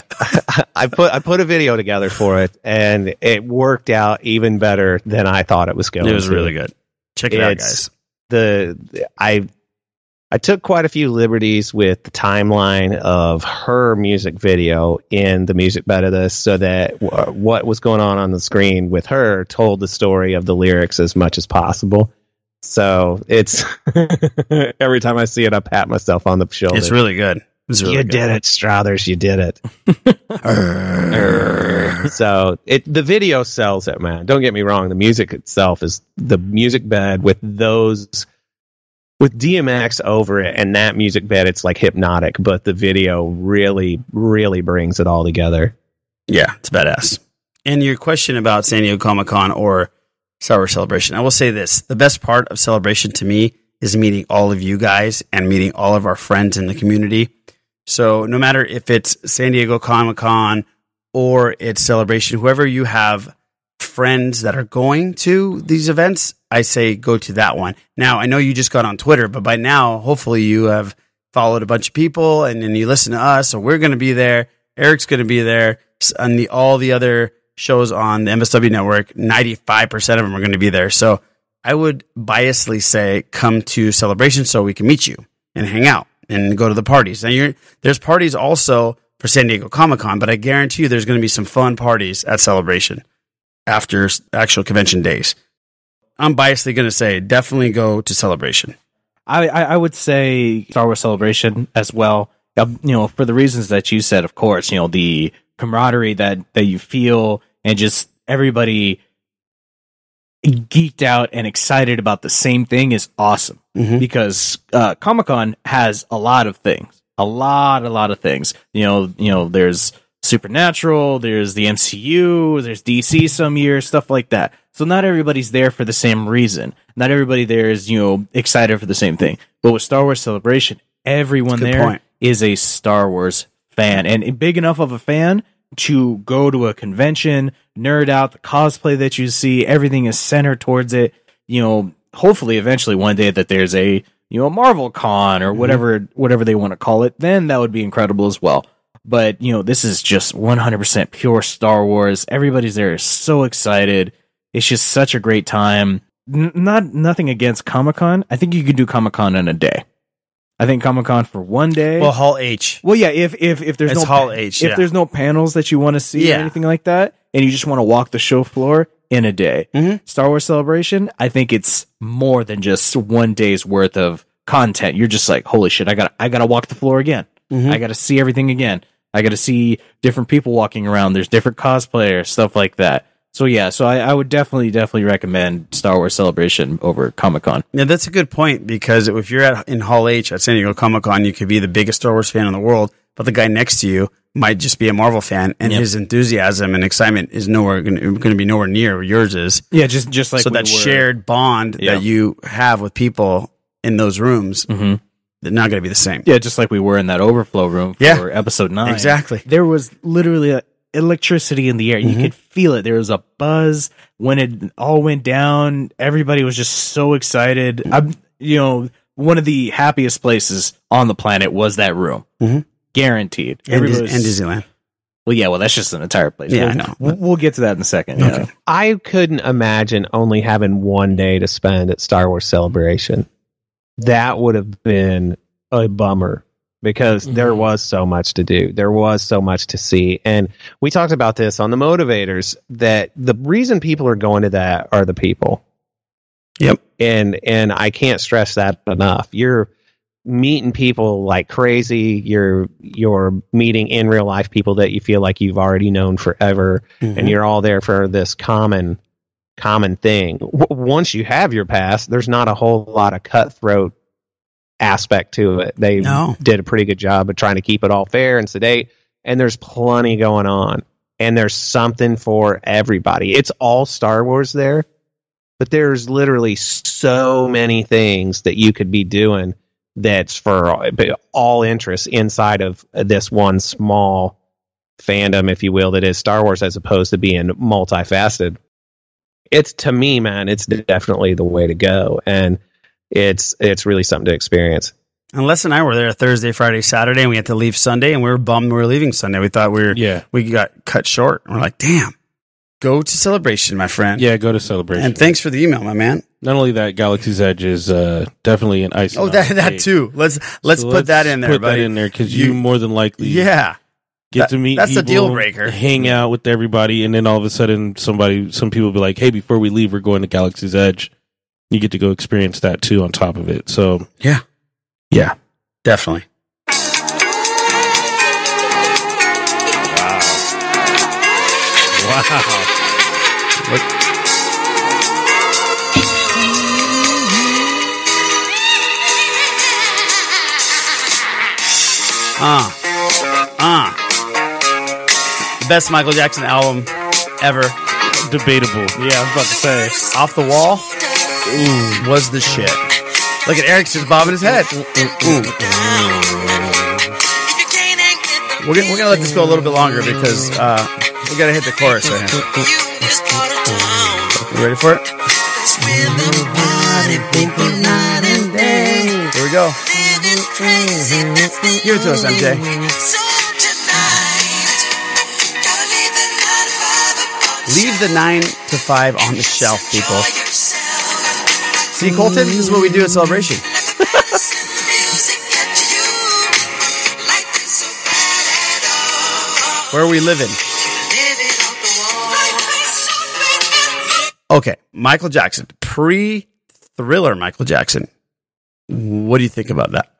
I put I put a video together for it, and it worked out even better than I thought it was going. It was to. really good. Check it out, guys. The I I took quite a few liberties with the timeline of her music video in the music bed of this, so that w- what was going on on the screen with her told the story of the lyrics as much as possible. So it's every time I see it, I pat myself on the shoulder. It's really good. It's really you good. did it, Strathers. You did it. Err. so it the video sells it, man. Don't get me wrong. The music itself is the music bed with those with DMX over it and that music bed. It's like hypnotic, but the video really, really brings it all together. Yeah, it's badass. And your question about San Diego Comic Con or Star Wars Celebration, I will say this: the best part of Celebration to me is meeting all of you guys and meeting all of our friends in the community. So no matter if it's San Diego Comic Con or it's Celebration, whoever you have friends that are going to these events, I say go to that one. Now, I know you just got on Twitter, but by now, hopefully, you have followed a bunch of people and then you listen to us. So we're going to be there. Eric's going to be there. S- And the, all the other shows on the MSW network, 95% of them are going to be there. So I would biasly say come to Celebration so we can meet you and hang out and go to the parties. And you're, there's parties also for San Diego Comic Con, but I guarantee you there's going to be some fun parties at Celebration after s- actual convention days. I'm biasedly going to say definitely go to Celebration. I, I, I would say Star Wars Celebration as well. Uh, You know, for the reasons that you said, of course, you know, the camaraderie that, that you feel and just everybody geeked out and excited about the same thing is awesome Mm-hmm. because uh, Comic Con has a lot of things, a lot, a lot of things. You know, you know, there's Supernatural, there's the MCU, there's DC some year, stuff like that. So not everybody's there for the same reason. Not everybody there is you know excited for the same thing. But with Star Wars Celebration, everyone That's a good there is point. a Star Wars fan and big enough of a fan to go to a convention, nerd out the cosplay that you see, everything is centered towards it. You know, hopefully eventually one day that there's a you know Marvel Con or whatever whatever they want to call it, then that would be incredible as well. But you know, this is just 100% pure Star Wars. Everybody's there is so excited. It's just such a great time. N- not nothing against Comic Con. I think you could do Comic Con in a day. I think Comic Con for one day. Well, Hall H. Well, yeah. If if if there's It's no Hall H, if yeah. there's no panels that you want to see Yeah. or anything like that, and you just want to walk the show floor in a day, Mm-hmm. Star Wars Celebration, I think it's more than just one day's worth of content. You're just like, holy shit, I got to I got to walk the floor again. Mhm. I got to see everything again. I got to see different people walking around. There's different cosplayers, stuff like that. So yeah, so I, I would definitely definitely recommend Star Wars Celebration over Comic Con. Yeah, that's a good point because if you're at in Hall H at San Diego Comic Con, you could be the biggest Star Wars fan in the world, but the guy next to you might just be a Marvel fan, and Yep. his enthusiasm and excitement is nowhere going to be nowhere near yours is. Yeah, just just like so we that were. shared bond Yeah. that you have with people in those rooms, Mm-hmm. they're not going to be the same. Yeah, just like we were in that overflow room for Yeah. episode nine. Exactly. Mm-hmm. There was literally uh, electricity in the air. You could feel it. There was a buzz when it all went down. Everybody was just so excited. I'm, you know, one of the happiest places on the planet was that room. Mhm. Guaranteed. And, Dis- Everybody was- and Disneyland. Well, yeah, well, that's just an entire place. Yeah, I we'll, know. We'll, we'll get to that in a second. yeah. I couldn't imagine only having one day to spend at Star Wars Celebration. That would have been a bummer because there was so much to do. There was so much to see. And we talked about this on the motivators that the reason people are going to that are the people. Yep. And and I can't stress that enough. You're meeting people like crazy. You're you're meeting in real life people that you feel like you've already known forever and Mhm. you're all there for this common common thing. W- once you have your pass, there's not a whole lot of cutthroat aspect to it. They did a pretty good job of trying to keep it all fair and sedate, and there's plenty going on. And there's something for everybody. It's all Star Wars there, but there's literally so many things that you could be doing that's for all interests inside of this one small fandom, if you will, that is Star Wars, as opposed to being multifaceted it's to me, man, it's definitely the way to go, and it's it's really something to experience. And Les and I were there Thursday, Friday, Saturday, and we had to leave Sunday, and we were bummed we were leaving Sunday. We thought we were yeah we got cut short. And we're like, damn, go to celebration, my friend. Yeah, go to celebration. And thanks for the email, my man. Not only that, Galaxy's Edge is uh, definitely an ice. Oh, that that too. Let's let's put that in there, Put buddy. that in there because you, more than likely, Yeah. get That- to meet. that's the deal people, breaker. Hang out with everybody, and then all of a sudden, somebody, some people be like, "Hey, before we leave, we're going to Galaxy's Edge." You get to go experience that too on top of it. So yeah, yeah, definitely. Wow. Uh, uh. The best Michael Jackson album ever. Debatable. Yeah, I was about to say. Off the wall ooh, was the shit. Look at Eric's just bobbing his head. Ooh. We're, gonna, we're gonna let this go a little bit longer because uh, we gotta hit the chorus right here. You ready for it? Here we go. Give it to us, MJ. Leave the nine to five on the shelf, people. See, Colton, this is what we do at Celebration. Where are we living? Okay, Michael Jackson, pre thriller Michael Jackson. What do you think about that?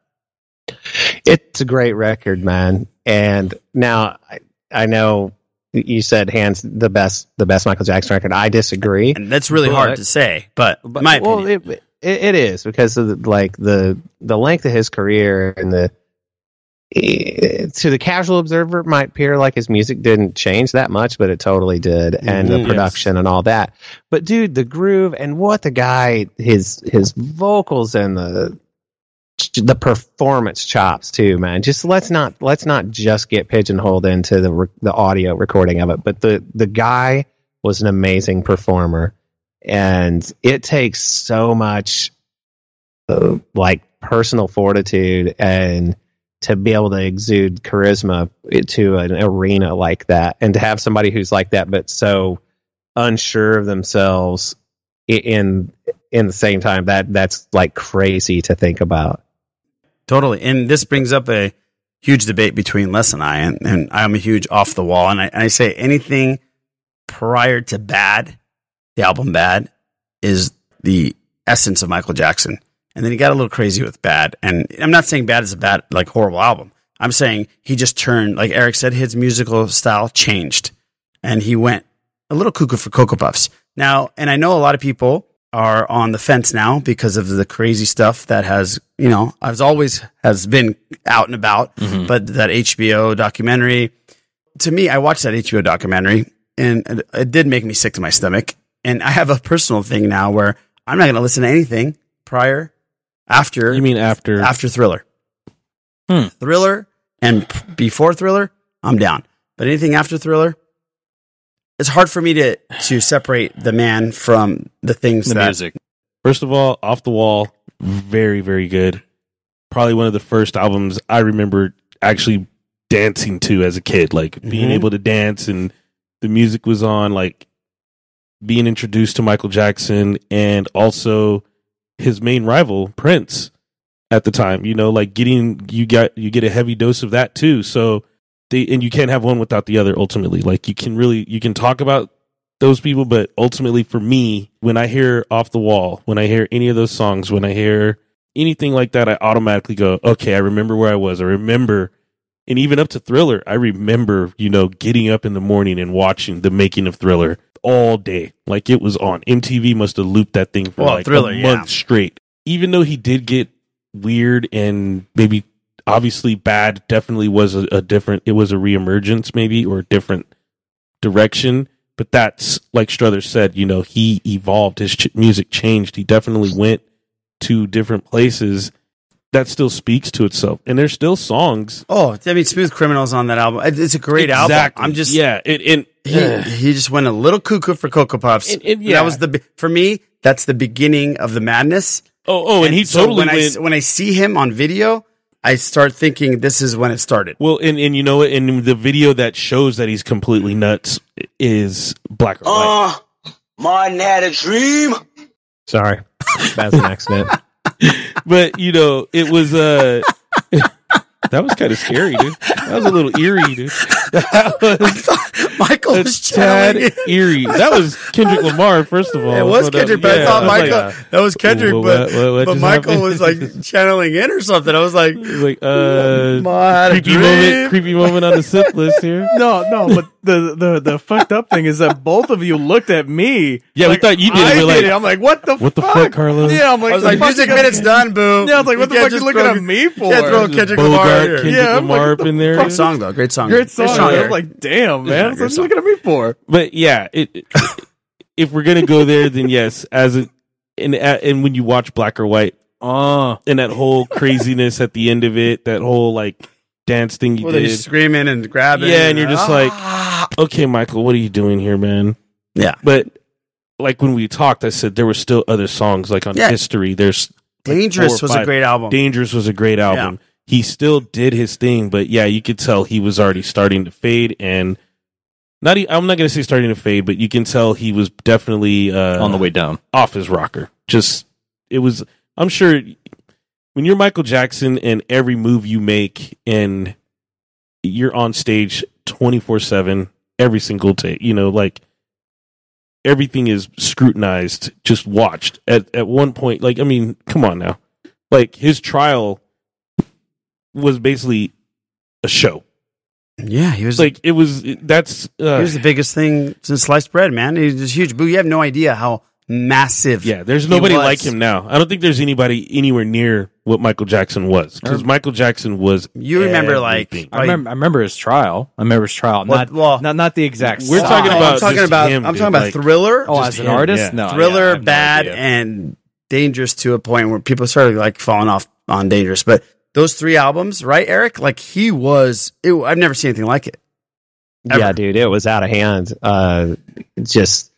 It's a great record, man. And now I, I know you said hands the best the best Michael Jackson record. I disagree. And that's really hard to say, but, in my well, opinion, it, it, it is because of the, like the the length of his career and the eh, to the casual observer it might appear like his music didn't change that much, but it totally did, Mhm. and the Yes. production and all that. But dude, the groove and what the guy his his vocals and the the performance chops too, man. Just let's not let's not just get pigeonholed into the re- the audio recording of it, but the the guy was an amazing performer, and it takes so much uh, like personal fortitude and to be able to exude charisma to an arena like that, and to have somebody who's like that but so unsure of themselves i- in in the same time that that's like crazy to think about. Totally. And this brings up a huge debate between Les and I. And, and I'm a huge off the wall. And I, and I say anything prior to Bad, the album Bad, is the essence of Michael Jackson. And then he got a little crazy with Bad. And I'm not saying Bad is a bad, like, horrible album. I'm saying he just turned, like Eric said, his musical style changed and he went a little cuckoo for Cocoa Puffs. Now, and I know a lot of people are on the fence now because of the crazy stuff that has, you know, has always has been out and about, Mhm. but that HBO documentary, to me, I watched that HBO documentary and it- it did make me sick to my stomach. And I have a personal thing now where I'm not going to listen to anything prior, after. You mean after? After Thriller. Hmm. Thriller and p- before Thriller, I'm down. But anything after Thriller, it's hard for me to to separate the man from the things that First of all, off the wall, very very good. Probably one of the first albums I remember actually dancing to as a kid, like being Mhm. able to dance and the music was on, like being introduced to Michael Jackson and also his main rival Prince at the time. You know, like getting you got you get a heavy dose of that too. So they and you can't have one without the other. Ultimately, like you can really you can talk about those people, but ultimately for me, when I hear Off the Wall, when I hear any of those songs, when I hear anything like that, I automatically go, okay, I remember where I was. I remember. And even up to Thriller, I remember, you know, getting up in the morning and watching the making of Thriller all day. Like it was on. MTV must have looped that thing for Well, like Thriller, a yeah. month straight. Even though he did get weird and maybe obviously bad, definitely was a, a different, it was a reemergence maybe or a different direction. But that's like Struthers said, you know, he evolved, his ch- music changed. He definitely went to different places. That still speaks to itself. And there's still songs Oh, I mean, Smooth Criminals on that album. It- It's a great album. Exactly. I'm just Yeah, It, and he, he just went a little cuckoo for Cocoa Puffs. And- and yeah. That was the be- for me. That's the beginning of the madness. Oh, oh, and he totally when I went- s- when I see him on video, I start thinking this is when it started. Well, and, and you know what? And the video that shows that he's completely nuts is black or white. Uh, Martin had a dream. Sorry, that's an accident. Oh. but you know, it was uh that was kind of scary, dude. That was a little eerie, dude. That was Michael was tad eerie. That was Kendrick Lamar, first of all. It was Hold up. Kendrick, but Oh, I Yeah, thought was like, Michael. uh, that was Kendrick, what- but, what- what but just Michael happened? was like channeling in or something. I was like, like uh, creepy moment- creepy moment on the sip list here. No, no, but the, the the fucked up thing is that both of you looked at me. Yeah, we thought you did it. I We're like, it. I'm like, what the what the fuck, Carlos? Yeah, I'm like, I was the like, fuck music you guys- minute's done, boo. Yeah, I was like, what the You can't fuck you just looking throw- at me you for? can't throw Kendrick Lamar Bogart, in here. Kendrick Yeah, I'm Lamar up in there. Great song though. Great song. Great song. I Eric. was like, damn, man, great that's what you song. looking at me for. But yeah, it, it- if we're gonna go there, then yes, as a and a- and when you watch Black or White, Uh. oh, and that whole craziness at the end of it, that whole like dance thing you well, then did, you're screaming and grabbing. yeah, and you're just Ah. like, okay, Michael, what are you doing here, man? Yeah, but like when we talked, I said there were still other songs like on Yeah. History. There's like, Dangerous four or was a five- great album. Dangerous was a great album. He still did his thing, but yeah, you could tell he was already starting to fade and not. e- I'm not going to say starting to fade, but you can tell he was definitely uh, on the way down, off his rocker. Just it was. I'm sure when you're Michael Jackson and every move you make and you're on stage 24 7 every single day you know like everything is scrutinized just watched at at one point like i mean come on now like his trial was basically a show Yeah, he was like it was. That's uh, he was the biggest thing since sliced bread, man. He was huge. Boo, you have no idea how massive. Yeah, there's he nobody was. like him now. I don't think there's anybody anywhere near what Michael Jackson was because Michael Jackson was. You remember, like, uh, everything. I remember, I remember his trial. I remember his trial. Well, not, not not the exact. We're song. talking about I'm talking just about. him, I'm dude, talking about like- Thriller. Oh, Just as an artist? No, yeah, I Thriller, have no bad, idea. and dangerous to a point where people started like falling off on dangerous. But those three albums, right, Eric? Like he was. It, I've never seen anything like it. Yeah, dude, it was out of hand. Uh, just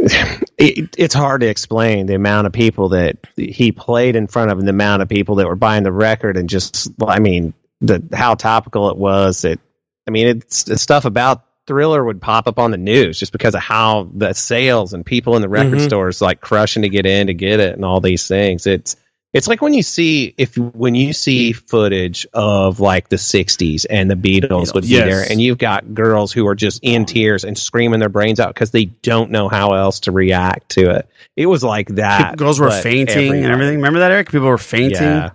it, it's hard to explain the amount of people that he played in front of, and the amount of people that were buying the record, and just I mean, the how topical it was. It, I mean, it's, it's stuff about Thriller would pop up on the news just because of how the sales and people in the record Mhm. Mm-hmm. stores like crushing to get in to get it, and all these things. It's it's like when you see if when you see footage of like the 60s and the Beatles would be Yes. there and you've got girls who are just in tears and screaming their brains out cuz they don't know how else to react to it. It was like that. Girls were but fainting everywhere. and everything. Remember that, Eric? People were fainting. Yeah.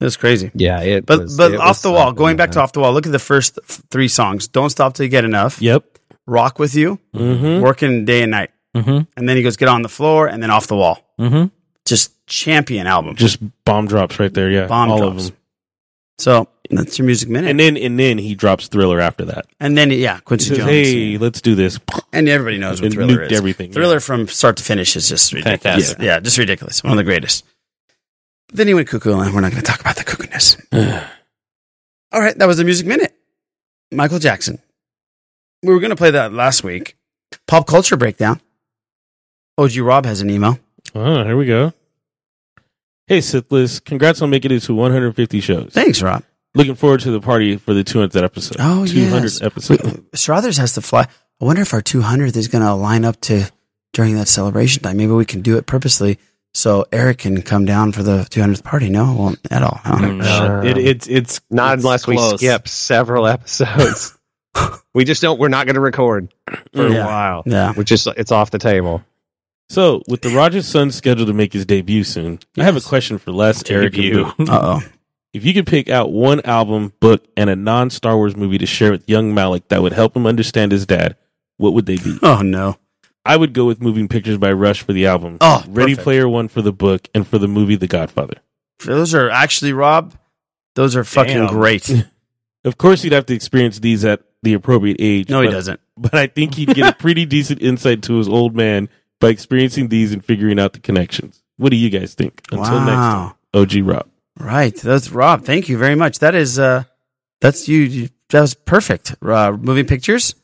It was crazy. Yeah, it But was- but it off was the wall. Going back to off the wall. Look at the first th- three songs. Don't stop till you get enough. Yep. Rock with you. Mhm. Working day and night. Mhm. And then he goes get on the floor and then off the wall. Mhm. Just champion album. just bomb drops right there. Yeah, Bomb all drops. of them. So that's your music minute. And then and then he drops Thriller after that. And then yeah, Quincy He says, Jones. Hey, let's do this. And everybody knows what And Thriller nuked is. everything, yeah. Thriller from start to finish is just ridiculous. Fantastic. Yeah, just ridiculous. One of the greatest. But then he went cuckoo, and we're not going to talk about the cuckoo-ness. All right, that was the music minute. Michael Jackson. We were going to play that last week. Pop culture breakdown. OG Rob has an email. Oh, here we go. Hey, Sithless, congrats on making it to 150 shows. Thanks, Rob. Looking forward to the party for the 200th episode. Oh, 200 yes. episode. Struthers has to fly. I wonder if our 200th is going to line up to during that celebration time. Maybe we can do it purposely so Eric can come down for the 200th party. No, it won't at all. huh? Mm. No, it, it's it's Not it's unless we close. skip several episodes. we just don't we're not going to record for Yeah. a while. Yeah. Which is it's off the table. So, with the Rogers son scheduled to make his debut soon, I have a question for Les, Eric, and Debut. Boo. Uh-oh. If you could pick out one album, book, and a non Star Wars movie to share with young Malik that would help him understand his dad, what would they be? Oh, no. I would go with Moving Pictures by Rush for the album, Oh, Ready perfect. Player One for the book, and for the movie The Godfather. Those are actually, Rob, those are fucking Damn. great. Of course, he'd have to experience these at the appropriate age. No, he but- doesn't. But I think he'd get a pretty decent insight to his old man by experiencing these and figuring out the connections. What do you guys think? Until Wow. next time, OG Rob. Right. That's Rob. Thank you very much. That is, uh, that's you. you that was perfect. Uh, Moving Pictures,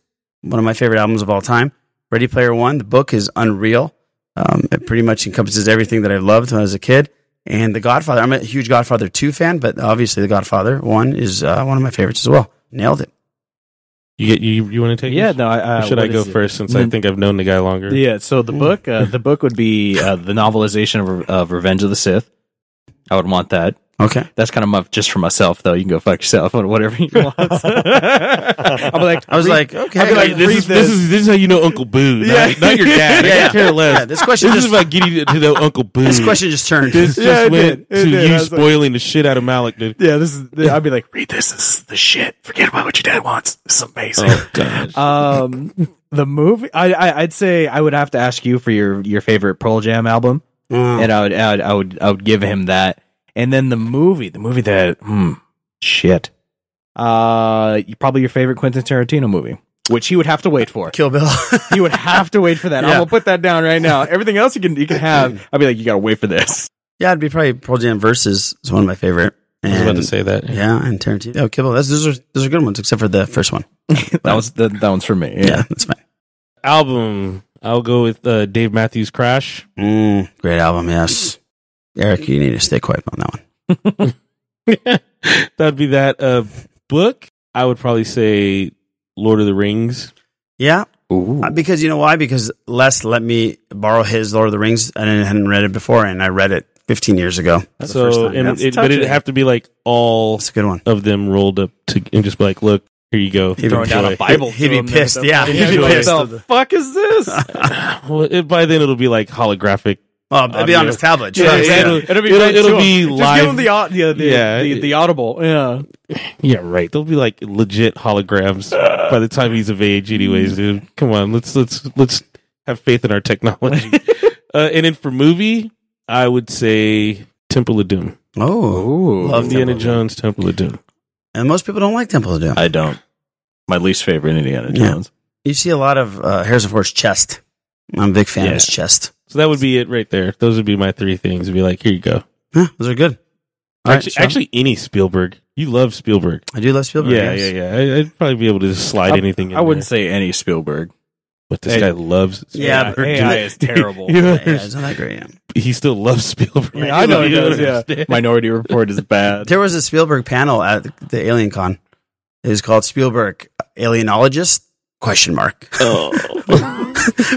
one of my favorite albums of all time. Ready Player One, the book is unreal. Um, it pretty much encompasses everything that I loved when I was a kid. And The Godfather, I'm a huge Godfather 2 fan, but obviously The Godfather 1 is uh, one of my favorites as well. Nailed it. You get you you want to take? Yeah, this? no, I- Or I- should I what go is it? first since I Mm. think I've known the guy longer? Yeah, so the book, uh, the book would be uh, the novelization of, Re- of Revenge of the Sith. I would want that. Okay. That's kind of my, just for myself, though. You can go fuck yourself or whatever you want. I'm like, I was read- like, okay. I'd be like, Read this, is, this is this is how you know Uncle Boo, not, Yeah. not your dad. I Yeah. could care less. Yeah, this question this just- is about getting to- to know Uncle Boo. This question just turned. This Yeah, just it went did. It to did. I you was like- spoiling the shit out of Malik, dude. yeah, this is. I'd be like, read this. This is the shit. Forget about what your dad wants. This is amazing. Oh god. um the movie I, I i'd say i would have to ask you for your your favorite pearl jam album Mm. and I would, I would i would i would give him that and then the movie the movie that hmm, shit uh you- probably your favorite quentin tarantino movie which he would have to wait for Kill Bill. he would have to wait for that i'm Yeah. gonna put that down right now everything else you can you can have i'd be like you gotta wait for this yeah, it'd be probably Pearl Jam Versus is one of my favorite. I was about to And- say that. Yeah, and Tarantino. Oh, Kill Bill. That's, those, are, those are good ones, except for the first one. that was that, that one's for me yeah, Yeah, that's fine. Album. I'll go with uh, Dave Matthews Crash. Mm, great album, yes. Eric, you need to stay quiet on that one. That'd be that uh, book. I would probably say Lord of the Rings. Yeah, Ooh. uh, because you know why? Because Les let me borrow his Lord of the Rings, and I hadn't read it before, and I read it 15 years ago. That's the first so, time. and That's it, but it'd touching. have to be like all That's a good one. of them rolled up to and just be like, look, here you go. He'd be throwing down a Enjoy. bible He'd to be him and pissed, stuff. yeah. He'd be He'd be like, pissed. the fuck is this Well, it, by then it'll be like holographic Well, it'll be on his tablet. Yeah, trust. exactly. Yeah. It'll be it'll, right it'll to be him. Just live. give him the au- yeah, the- the- the audible. Yeah, yeah, right. They'll be like legit holograms by the time he's of age, anyways, dude. Come on, let's let's let's have faith in our technology. uh, and then for movie, I would say Temple of Doom. Oh, love Indiana Temple of Doom. Jones, Temple of Doom. And most people don't like Temple of Doom. I don't. My least favorite Indiana Jones. You see a lot of uh, Harrison Ford's chest. I'm a big fan of his Yeah. chest. So that would be it right there. Those would be my three things. It'd be like, here you go. Huh, those are good. All right, actually, Sean. actually, any Spielberg. You love Spielberg. I do love Spielberg. Yeah, yes. yeah, yeah. I, I'd probably be able to just slide I- anything. in I wouldn't there. say any Spielberg. But this Hey. guy loves. Yeah, but- AI is terrible. You Yeah, understand? it's not that great, yeah. He still loves Spielberg. Yeah, I know he You does, yeah. understand? Minority Report is bad. There was a Spielberg panel at the Alien Con. It was called Spielberg Alienologist question mark. Oh.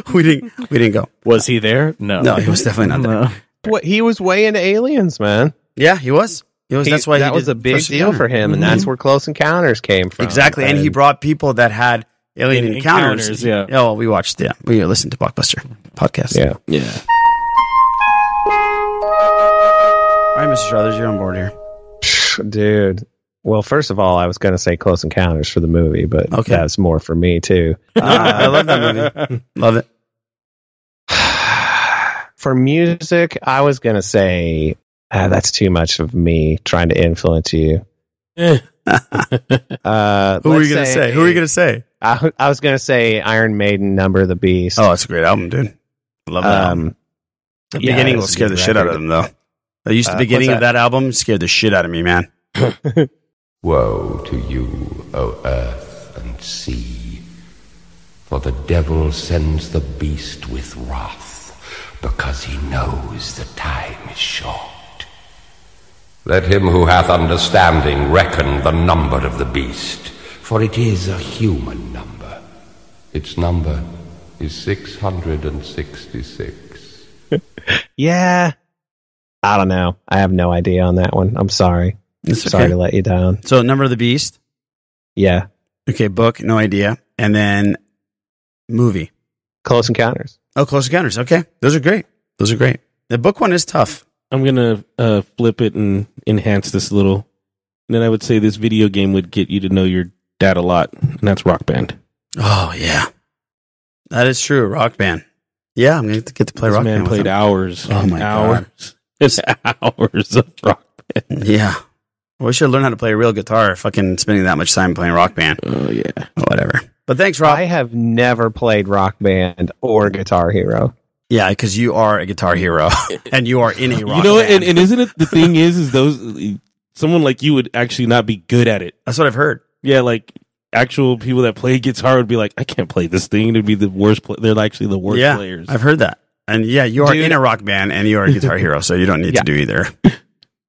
we didn't we didn't go. Was he there? Oh. No. No, he was definitely not there. What he was way into aliens, man. Yeah, he was. He was that's why that he was did a big First deal for Encounter. him, and that's where Close Encounters came from. Exactly. And, he brought people that had alien And encounters. encounters, yeah. Oh, we watched yeah. We listened to Blockbuster podcast. Yeah. Yeah. All right, Mr. Struthers, you're on board here. dude. Well, first of all, I was going to say Close Encounters for the movie, but Okay. that's more for me too. Ah, I love that movie. Love it. For music, I was going to say ah, that's too much of me trying to influence you. Eh. Uh, Who are let's you gonna say? Who are you gonna say? I, I was going to say Iron Maiden, Number of the Beast. Oh, it's a great album, dude. Love that album. The Um, yeah, beginning will that's a scare the good shit out of record. them, though. I used the Uh, beginning what's of that album scared the shit out of me, man. Woe to you, O earth and sea, for the devil sends the beast with wrath, because he knows the time is short. Let him who hath understanding reckon the number of the beast, for it is a human number. Its number is 666. Yeah. I don't know. I have no idea on that one. I'm sorry. It's sorry okay. to let you down. So, Number of the Beast. Yeah. Okay, book, no idea. And then movie. Close Encounters. Oh, Close Encounters. Okay. Those are great. Those are great. The book one is tough. I'm gonna uh, flip it and enhance this a little. And then I would say this video game would get you to know your dad a lot, and that's Rock Band. Oh, yeah. That is true. Rock Band. Yeah, I'm going to get to play this Rock man Band. with played him. hours. Oh, my God. hours. It's hours of Rock Band. Yeah. Well, we should learn how to play a real guitar. Fucking spending that much time playing Rock Band. Oh, yeah. Whatever. But thanks, Rob. I have never played Rock Band or Guitar Hero. Yeah, because you are a guitar hero and you are in a rock you know, band. and, and isn't it the thing is, is those someone like you would actually not be good at it. That's what I've heard. Yeah, like actual people that play guitar would be like, I can't play this thing. It'd be the worst. Play- They're actually the worst yeah, players. I've heard that. And yeah, you are Dude. in a rock band and you are a guitar hero, so you don't need Yeah. to do either.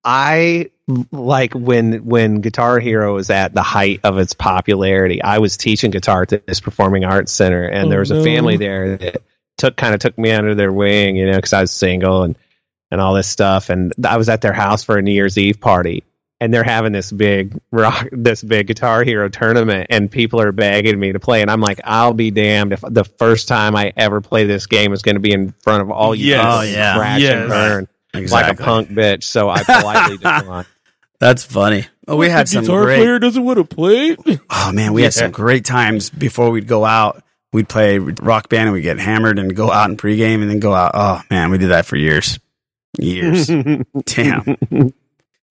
I like when when Guitar Hero was at the height of its popularity. I was teaching guitar at this performing arts center, and Oh, there was no. a family there that took kind of took me under their wing, you know, because I was single and and all this stuff. And I was at their house for a New Year's Eve party, and they're having this big rock, this big Guitar Hero tournament, and people are begging me to play, and I'm like, I'll be damned if the first time I ever play this game is going to be in front of all you Yes. people Oh, yeah. scratch Yes. and burn like a Exactly. punk bitch. So I politely declined. That's funny. Oh, we What, had the some guitar great. player doesn't want to play. Oh man, we had some great times before we'd go out. We'd play rock band and we'd get hammered and go out in pregame and then go out. Oh man, we did that for years, years. Damn.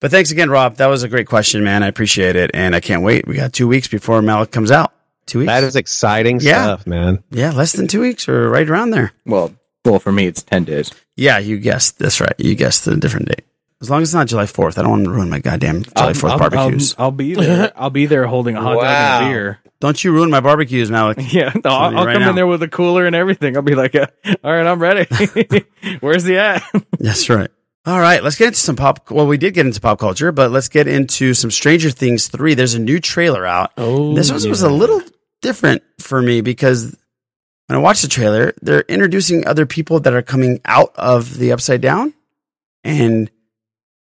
But thanks again, Rob. That was a great question, man. I appreciate it, and I can't wait. We got two weeks before Malik comes out. Two weeks. That is exciting Yeah. stuff, man. Yeah, less than two weeks or right around there. Well, well, for me, it's 10 days. Yeah, you guessed. That's right. You guessed the different date. As long as it's not July 4th, I don't want to ruin my goddamn July 4th um, barbecues. I'll, be there. I'll be there holding a hot dog and a beer. don't you ruin my barbecues, Malik. Yeah, no, I'll, I'll come in there with a cooler and everything. I'll be like, uh, all right, I'm ready. Where's he at? That's right. All right, let's get into some pop. Well, we did get into pop culture, but let's get into some Stranger Things 3. There's a new trailer out. Oh, this one was a little different for me because when I watched the trailer, they're introducing other people that are coming out of the Upside Down and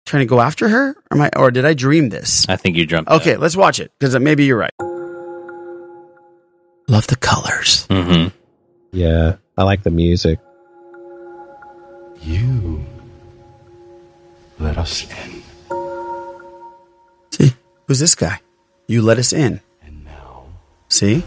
trying to go after her. Or am I? Or did I dream this? I think you jumped. Okay, let's watch it because maybe you're right. Love the colors. Yeah, I like the music. You let us in. See, who's this guy? You let us in. And now. See?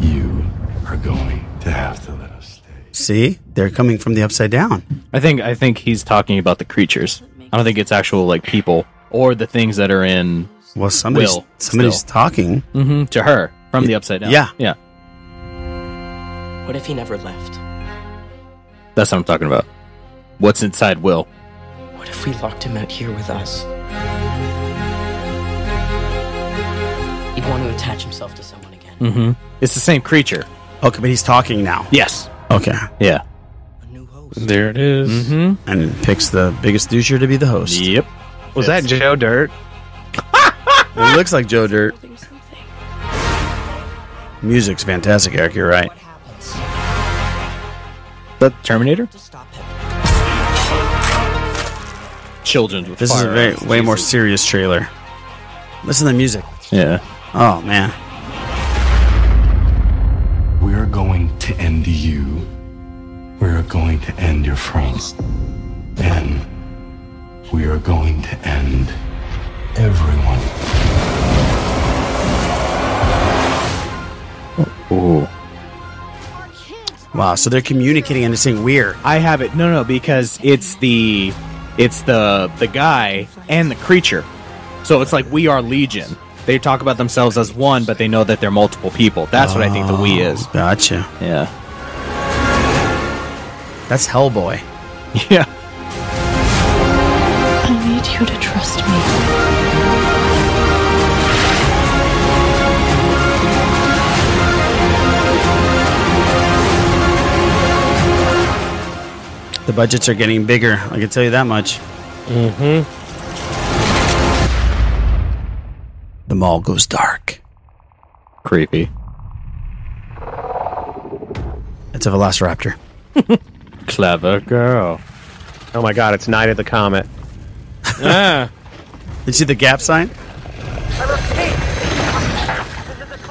You are going to have to let us. See? They're coming from the upside down. I think I think he's talking about the creatures. I don't think it's actual like people or the things that are in well somebody's- will somebody's talking hmm to her from the upside down. yeah. yeah, What if he never left? that's what I'm talking about. What's inside Will? What if we locked him out here with us? He'd want to attach himself to someone again. Hmm. Mm-hmm. It's the same creature. Okay, Oh, but he's talking now. Yes. Okay. Yeah. There it Mm-hmm. And it picks the biggest doucher to be the host. Yep. Was that Joe Dirt? it looks like Joe Dirt. Music's fantastic, Eric. You're right. The Terminator? Children with This is a very, firearms. way more serious trailer. Listen to the music. Yeah. Oh, man. We're going to end you. We're going to end your friends. And we are going to end everyone. Ooh. Wow, so they're communicating and it's saying weird. I have it. No, no, because it's the it's the the guy and the creature. So it's like we are legion. They talk about themselves as one, but they know that they're multiple people. That's what I think the we is. Gotcha. Yeah. That's Hellboy. Yeah. I need you to trust me. The budgets are getting bigger. I can tell you that much. Mm-hmm. The mall goes dark. Creepy. It's a velociraptor. Clever girl. Oh my god, it's Night of the Comet. ah. Did you see the gap sign?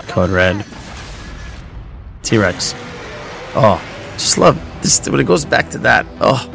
Code red. T Rex. Oh, just love this when it goes back to that. Oh,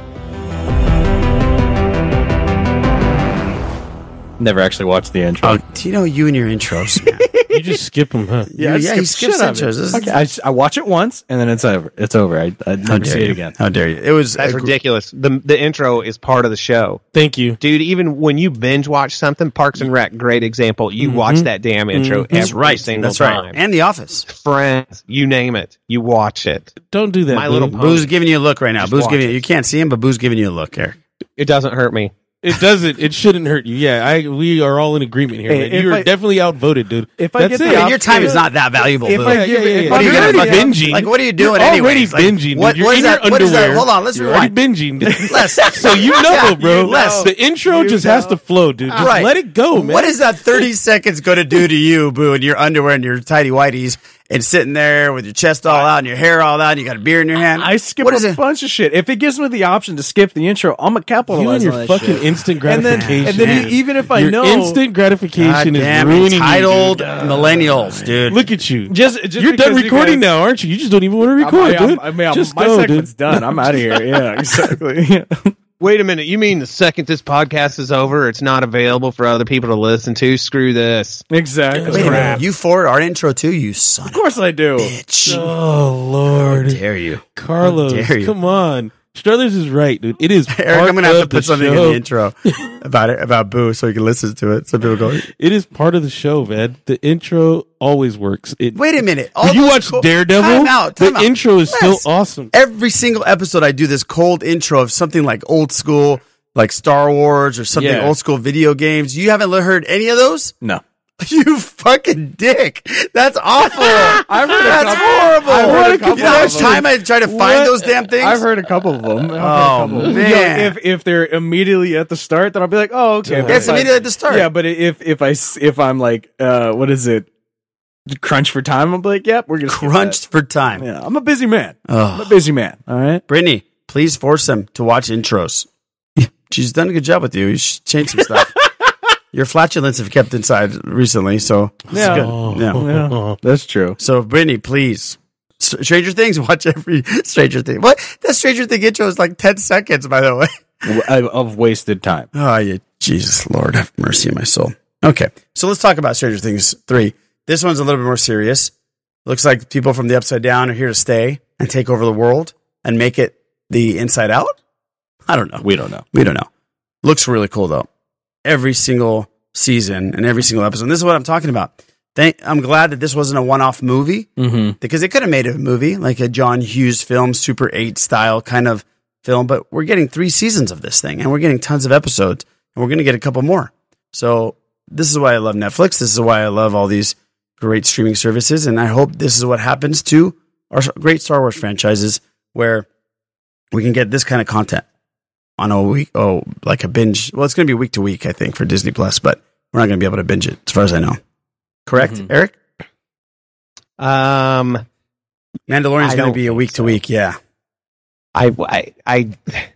Never actually watched the intro. do you know you and your intros? man. you just skip them, huh? Yeah, yeah, he skips intros. This is- Okay, I, just- I watch it once and then it's over. It's over. I, I never dare see it you. again. How dare you? It was That's ridiculous. The the intro is part of the show. Thank you. Dude, even when you binge watch something, Parks and Rec, great example. You watch that damn intro Mm-hmm. That's every right. single That's right. time. And The Office. Friends, you name it. You watch it. Don't do that. My little Pony. Boo's giving you a look right now. Just Boo's watch giving you. You can't see him, but Boo's giving you a look, Eric. It doesn't hurt me. It doesn't. It shouldn't hurt you. Yeah, I we are all in agreement here. Hey, man. if You are I- definitely outvoted, dude. If That's it. your time is not that valuable. If Boo. I give it- if what are I you give gonna it fucking- binging- Like, what are you doing? You're already anyways? Like, binging. What, dude. You're what in is your that? What is that? underwear. Hold on. Let's You're rewind. already binging. Let's- so you know, Yeah, bro. you know. The intro just has to flow, dude. Just Right. let it go, man. What is that 30 seconds going to do to you, Boo, in your underwear and your tidy whities and sitting there with your chest all out and your hair all out and you got a beer in your hand? I skip What a is it? bunch of shit. If it gives me the option to skip the intro, I'm a capitalize You and your on that fucking shit. instant And then- gratification. And then, e- dude. even if I Your know instant gratification is Goddamn ruining entitled you, dude. millennials, dude. Look at you. Just, just You're done because you recording guys- now, aren't you? You just don't even want to I'm- record, I'm- dude. I mean, I'm- just my go, segment's dude. done. I'm outta here. Yeah, exactly. Wait a minute. You mean the second this podcast is over, it's not available for other people to listen to? Screw this. Exactly. Wait a minute. You forward our intro too, you son. Of course I do. Oh Lord, How dare you, Carlos? dare you. Come on, Struthers is right, dude. It is. Eric, I'm part gonna have to of the put something in show. the intro about it about Boo so you can listen to it. So people go, It is part of the show, man. The intro always works. It, Wait a minute. When you those watch co- Daredevil, Time out, the time out. intro is still Yes. awesome. Every single episode, I do this cold intro of something like old school, like Star Wars or something Yeah. old school video games. You haven't li- heard any of those? No. You fucking dick. That's awful. I've heard That's horrible. I've heard a couple you know how much of them. time I try to find What? those damn things? I've heard a couple of them. I've heard a Oh, couple of them. man. Yo, if if they're immediately at the start, then I'll be like, oh okay. Yeah, But it's if I- immediately at the start. Yeah, but if if I s- if I'm like, uh, what is it? Crunch for time. I'm like, yep, we're gonna skip Crunched for time. that. Yeah, I'm a busy man. Ugh. I'm a busy man. All right. Brittany, please force them to watch intros. She's done a good job with you. You should change some stuff. Your flatulence have kept inside recently, so it's Yeah. good. Yeah. Yeah. That's true. So, Brittany, please Stranger Things. Watch every Stranger Thing. What that Stranger Thing intro is like ten seconds, by the way, of wasted time. Oh, you, Jesus Lord, have mercy on my soul. Okay, so let's talk about Stranger Things three. This one's a little bit more serious. Looks like people from the Upside Down are here to stay and take over the world and make it the Inside Out. I don't know. We don't know. We don't know. Looks really cool though. Every single season and every single episode. And this is what I'm talking about. Thank, I'm glad that this wasn't a one-off movie Mm-hmm. because they could have made it a movie like a John Hughes film, Super 8 style kind of film, but we're getting three seasons of this thing and we're getting tons of episodes and we're going to get a couple more. So, this is why I love Netflix. This is why I love all these great streaming services. And I hope this is what happens to our s- great Star Wars franchises where we can get this kind of content on a week, oh, like a binge. Well, it's going to be week to week, I think, for Disney Plus, but we're not going to be able to binge it as far as I know. Correct, Eric? Um, Mandalorian's going I don't to be a week to week. Yeah. I, I, I,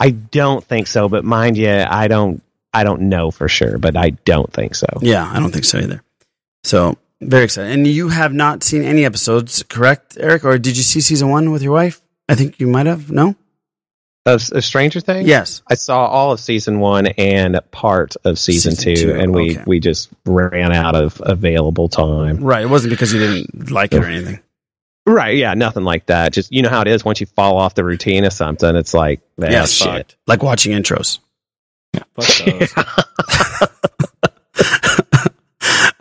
I don't think so. But mind you, I don't, I don't know for sure, but I don't think so. Yeah, I don't think so either. So very excited. And you have not seen any episodes, correct, Eric? Or did you see season one with your wife? I think you might have. No. Of, of Stranger Things? Yes. I saw all of season one and part of season, Season two, two, and we, okay. we just ran out of available time. Right. It wasn't because you didn't like it or anything. Right. Yeah. Nothing like that. Just, you know how it is. Once you fall off the routine of something, it's like, Yeah, man, shit. fuck. Like watching intros.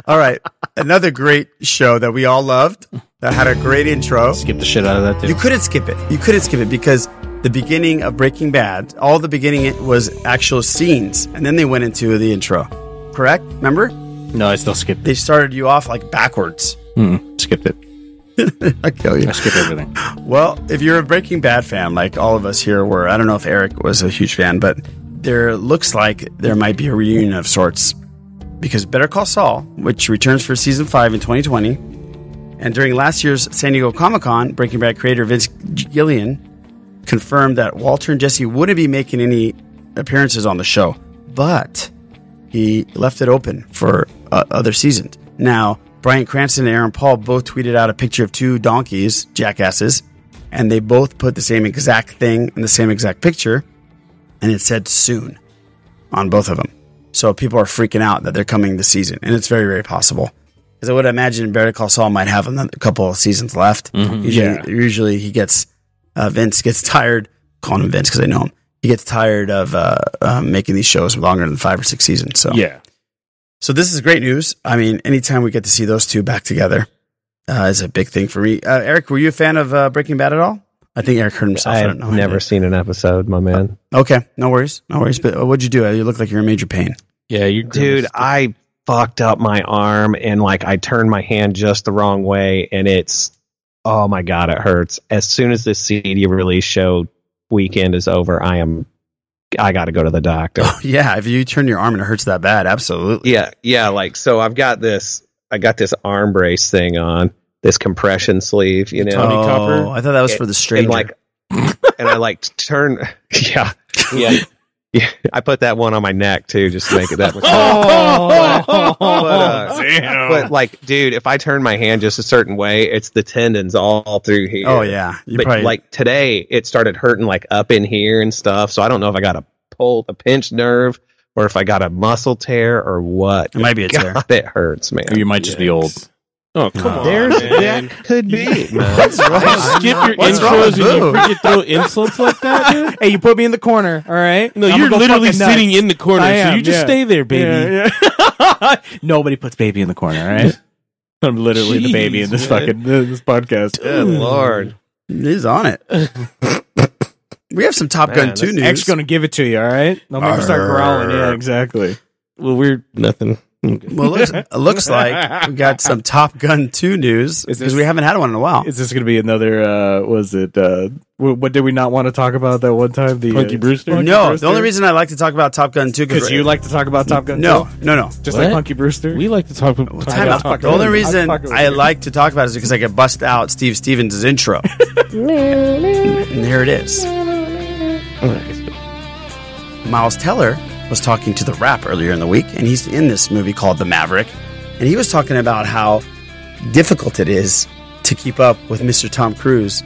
All right. Another great show that we all loved that had a great intro. Skip the shit out of that too. You couldn't skip it. You couldn't skip it because the beginning of Breaking Bad, all the beginning it was actual scenes, and then they went into the intro. Correct? Remember? No, I still skipped They started you off like backwards. Mm, skipped it. I kill you. I skipped everything. Well, if you're a Breaking Bad fan, like all of us here were, I don't know if Eric was a huge fan, but there looks like there might be a reunion of sorts because Better Call Saul, which returns for season five in 2020, and during last year's San Diego Comic Con, Breaking Bad creator Vince Gillian confirmed that Walter and Jesse wouldn't be making any appearances on the show, but he left it open for uh, other seasons. Now, Brian Cranston and Aaron Paul both tweeted out a picture of two donkeys, jackasses, and they both put the same exact thing in the same exact picture, and it said soon on both of them. So people are freaking out that they're coming this season, and it's very, very possible. Because I would imagine Better Call Saul might have another couple of seasons left. Mhm. Usually, Yeah. usually he gets uh, Vince gets tired. Calling him Vince because I know him. He gets tired of uh, uh, making these shows longer than five or six seasons. So Yeah. so this is great news. I mean, anytime we get to see those two back together uh, is a big thing for me. Uh, Eric, were you a fan of uh, Breaking Bad at all? I think Eric hurt himself. I, I've don't know. never seen an episode, my man. Okay, no worries, no worries. But uh, what'd you do? You look like you're in major pain. Yeah, you dude. I fucked up my arm and like I turned my hand just the wrong way, and it's oh my god, it hurts. As soon as this CD release show weekend is over, I am I got to go to the doctor. Yeah, if you turn your arm and it hurts that bad, absolutely. yeah, yeah. Like so, I've got this. I got this arm brace thing on this compression sleeve. You know, Tommy Oh, Copper? I thought that was for the stranger. And like, and I like turn. Yeah, yeah. Yeah, I put that one on my neck too, just to make it that much. Oh. but, uh, but, like, dude, if I turn my hand just a certain way, it's the tendons all through here. Oh, yeah. You but probably- like today, it started hurting like up in here and stuff. So I don't know if I got a pull, a pinched nerve, or if I got a muscle tear or what. It might be a tear. It hurts, man. You might just be old. Oh, come on. man. that could be. What's wrong? Skip your What's wrong intros and with you Boo? freaking throw insults like that, dude? Hey, you put me in the corner. All right. No, I'ma you're go literally fucking nuts. sitting in the corner, I so am, you just yeah. stay there, baby. Yeah, yeah. Nobody puts baby in the corner. All right. I'm literally the baby in this Jeez, man. fucking this podcast. Good lord. He's on it. we have some Top Gun Man, two that's- news. X gonna give it to you. All right. I'll make him start growling. Yeah, exactly. Well, we're nothing. Well, it looks, it looks like we got some Top Gun 2 news because we haven't had one in a while. Is this going to be another? uh Was it? uh wh- What did we not want to talk about that one time? The Punky Brewster? No, the only reason I like to talk about Top Gun 2 because you like to talk about Top Gun. No, too? no, no. Just like Punky Brewster. We like to talk, talk Time out. The only reason I like to talk about it is because I could bust out Steve Stevens' intro. and here it is. Miles Teller was talking to The Rap earlier in the week, and he's in this movie called The Maverick. And he was talking about how difficult it is to keep up with Mr. Tom Cruise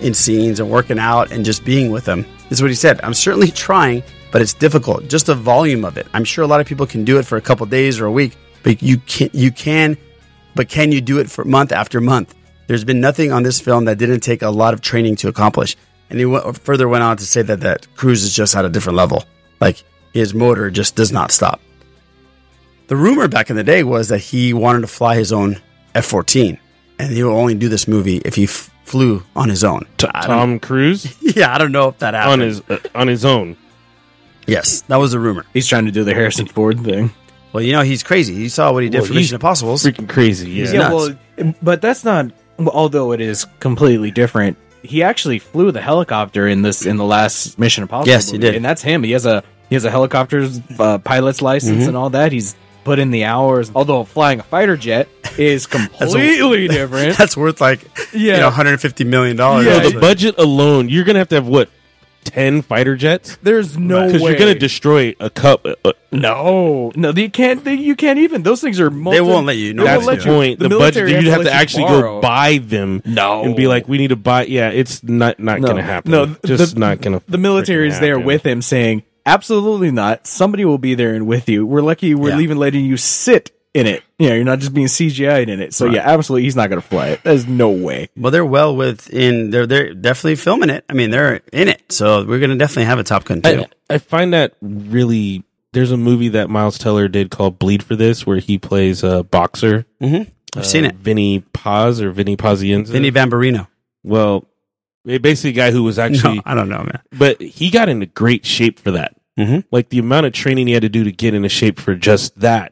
in scenes and working out and just being with him. Is what he said. I'm certainly trying, but it's difficult. Just the volume of it. I'm sure a lot of people can do it for a couple days or a week, but you can you can but can you do it for month after month? There's been nothing on this film that didn't take a lot of training to accomplish. And he went, further went on to say that that Cruise is just at a different level. Like his motor just does not stop. The rumor back in the day was that he wanted to fly his own F 14, and he will only do this movie if he f- flew on his own. I don't- Tom Cruise yeah, I don't know if that on happened. his uh, on his own. yes, that was a rumor. He's trying to do the Harrison Ford thing. Well, you know he's crazy. You saw what he did Well, for he's Mission Impossible. Freaking crazy. He's yeah, nuts. well, but that's not. Although it is completely different, he actually flew the helicopter in this in the last Mission Impossible. Yes, he movie, did. and that's him. He has a he has a helicopter's uh, pilot's license Mm-hmm. Mhm. and all that. He's put in the hours. Although flying a fighter jet is completely different. That's worth like yeah, you know, 150 million dollars. Yeah, the budget alone, you're gonna have to have what ten fighter jets. There's no because you're way. gonna destroy a cup. Uh, uh, No, no, you can't. They, you can't even. Those things are. Multi- won't let you. No, won't that's the let you- point. The, budget military you'd have to let you actually borrow. go buy them. No, and be like, we need to buy. Yeah, it's not not gonna happen. No, No, th- just the- not gonna. The military is there with him, saying, "Absolutely not. Somebody will be there and with you. We're lucky. We're even letting you sit in it. You know, you're not just being CGI'd in it. So Right. yeah, absolutely, he's not going to fly it. There's no way. Well, they're well within. They're they're definitely filming it. I mean, they're in it, so we're gonna definitely have a Top Gun too. I, I find that really. There's a movie that Miles Teller did called Bleed for This, where he plays a boxer. uh, Mm-hmm. I've seen it. Vinny Paz or Vinny Pazienza. Vinny Bambarino. Well, eh, basically, a guy who was actually. I don't know, man. But he got into great shape for that. Mm-hmm. Like the amount of training he had to do to get into shape for just that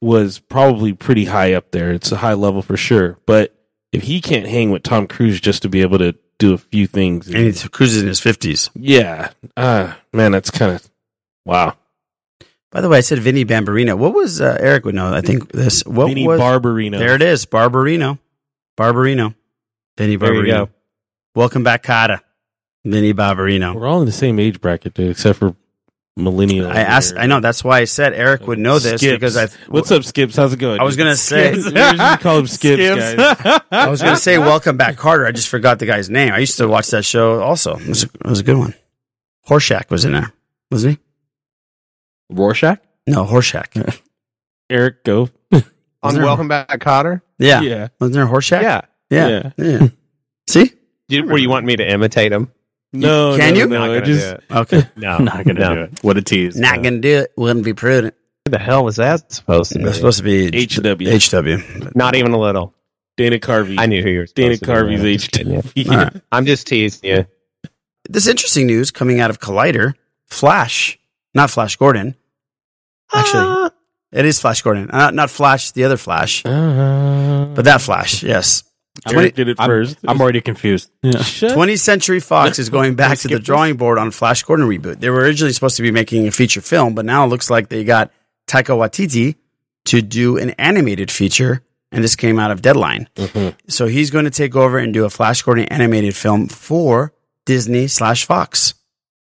was probably pretty high up there. It's a high level for sure. But if he can't hang with Tom Cruise just to be able to do a few things, And he's cruising in his fifties. yeah, ah, man, that's kind of wow. By the way, I said Vinny Bambarino. What was uh, Eric would know? I think this. What Vinny was Barbarino. There it is, Barbarino. Barbarino. Vinny There you Barbarino. go. Welcome back, Kata. Vinny Barbarino. We're all in the same age bracket, dude, except for millennial. Uh, I asked. I know that's why I said Eric would know this Skips. because I. What's up, Skips? How's it going? I was gonna say- Skips. We usually call him Skips. Skips. guys. I was going to say Welcome Back Carter. I just forgot the guy's name. I used to watch that show also. It was a, it was a good one. Horshack was in there, wasn't he? Rorschach? No, Horshack. Eric, go. On there- Welcome Back, Cotter. Yeah. Yeah. Wasn't there Horshack? Yeah. Yeah. Yeah. See? Did, were you want me to imitate him? No, Can no, you? no, Not I gonna just- do it. Okay. No, Not gonna no. do it. What a tease. Not going to do it. Wouldn't be prudent. What the hell was that supposed to be? It's supposed to be HW. HW. Not even a little. Dana Carvey. I knew who you were. Dana supposed to be. Carvey's I'm just HW. kidding you. Yeah. All right. I'm just teasing you. This interesting news coming out of Collider Flash, not Flash Gordon. Actually, it is Flash Gordon. Uh, Not, not Flash, the other Flash, but that Flash, yes. Eric did it I'm, first. I'm already confused. Yeah. 20th Century Fox is going back to the drawing board on Flash Gordon reboot. They were originally supposed to be making a feature film, but now it looks like they got Taika Waititi to do an animated feature, and this came out of Deadline. So he's going to take over and do a Flash Gordon animated film for Disney slash Fox,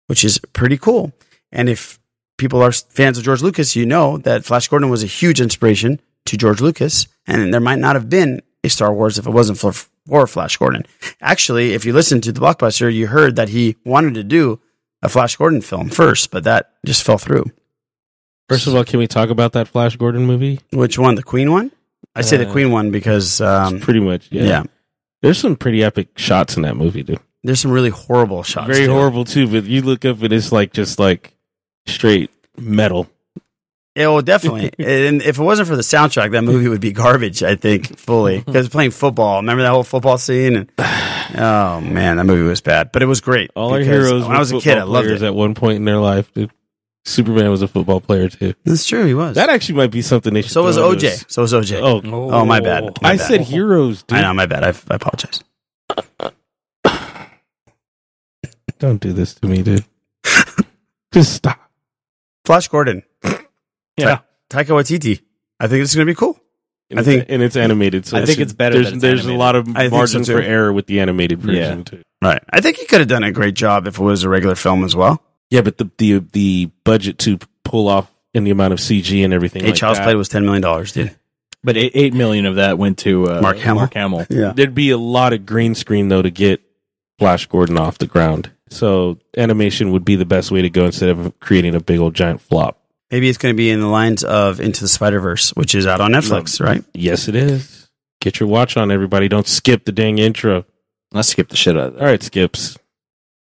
which is pretty cool. And if people are fans of George Lucas, you know that Flash Gordon was a huge inspiration to George Lucas, and there might not have been a Star Wars if it wasn't for, for Flash Gordon. Actually, if you listen to the blockbuster, you heard that he wanted to do a Flash Gordon film first, but that just fell through. First of all, can we talk about that Flash Gordon movie? Which one? The Queen one? I say the Uh, Queen one because um, Pretty much. Yeah. yeah. There's some pretty epic shots in that movie, dude. there's some really horrible shots. Very too. horrible too, but you look up and it's like just like straight metal. Yeah, well, definitely. and if it wasn't for the soundtrack, that movie would be garbage. I think fully because playing football. Remember that whole football scene? And, oh man, that movie was bad, but it was great. All our because heroes. When I was a kid, I loved it. At one point in their life, dude. Superman was a football player too. That's true. He was. That actually might be something they should. so was throw into OJ. this. So was OJ. Oh, Oh, my bad. My I bad. said heroes, dude. I know. My bad. I, I apologize. Don't do this to me, dude. Just stop. Flash Gordon. Yeah. Ta- Taika Waititi. I think this is gonna be cool. And I think- it's, and it's animated. So I think it's better There's, that it's there's a animated. lot of I think so, margin too. for error with the animated version Yeah. too. Right. I think he could have done a great job if it was a regular film as well. Yeah, but the the the budget to pull off in the amount of CG and everything. H like House that, Play was ten million dollars, dude. But eight, eight million of that went to uh, Mark Hamill? Mark Hamill. There'd be a lot of green screen though to get Flash Gordon off the ground. So animation would be the best way to go instead of creating a big old giant flop. Maybe it's going to be in the lines of Into the Spider Verse, which is out on Netflix, right? Yes, it is. Get your watch on, everybody. Don't skip the dang intro. Let's skip the shit out of that. All right, skips.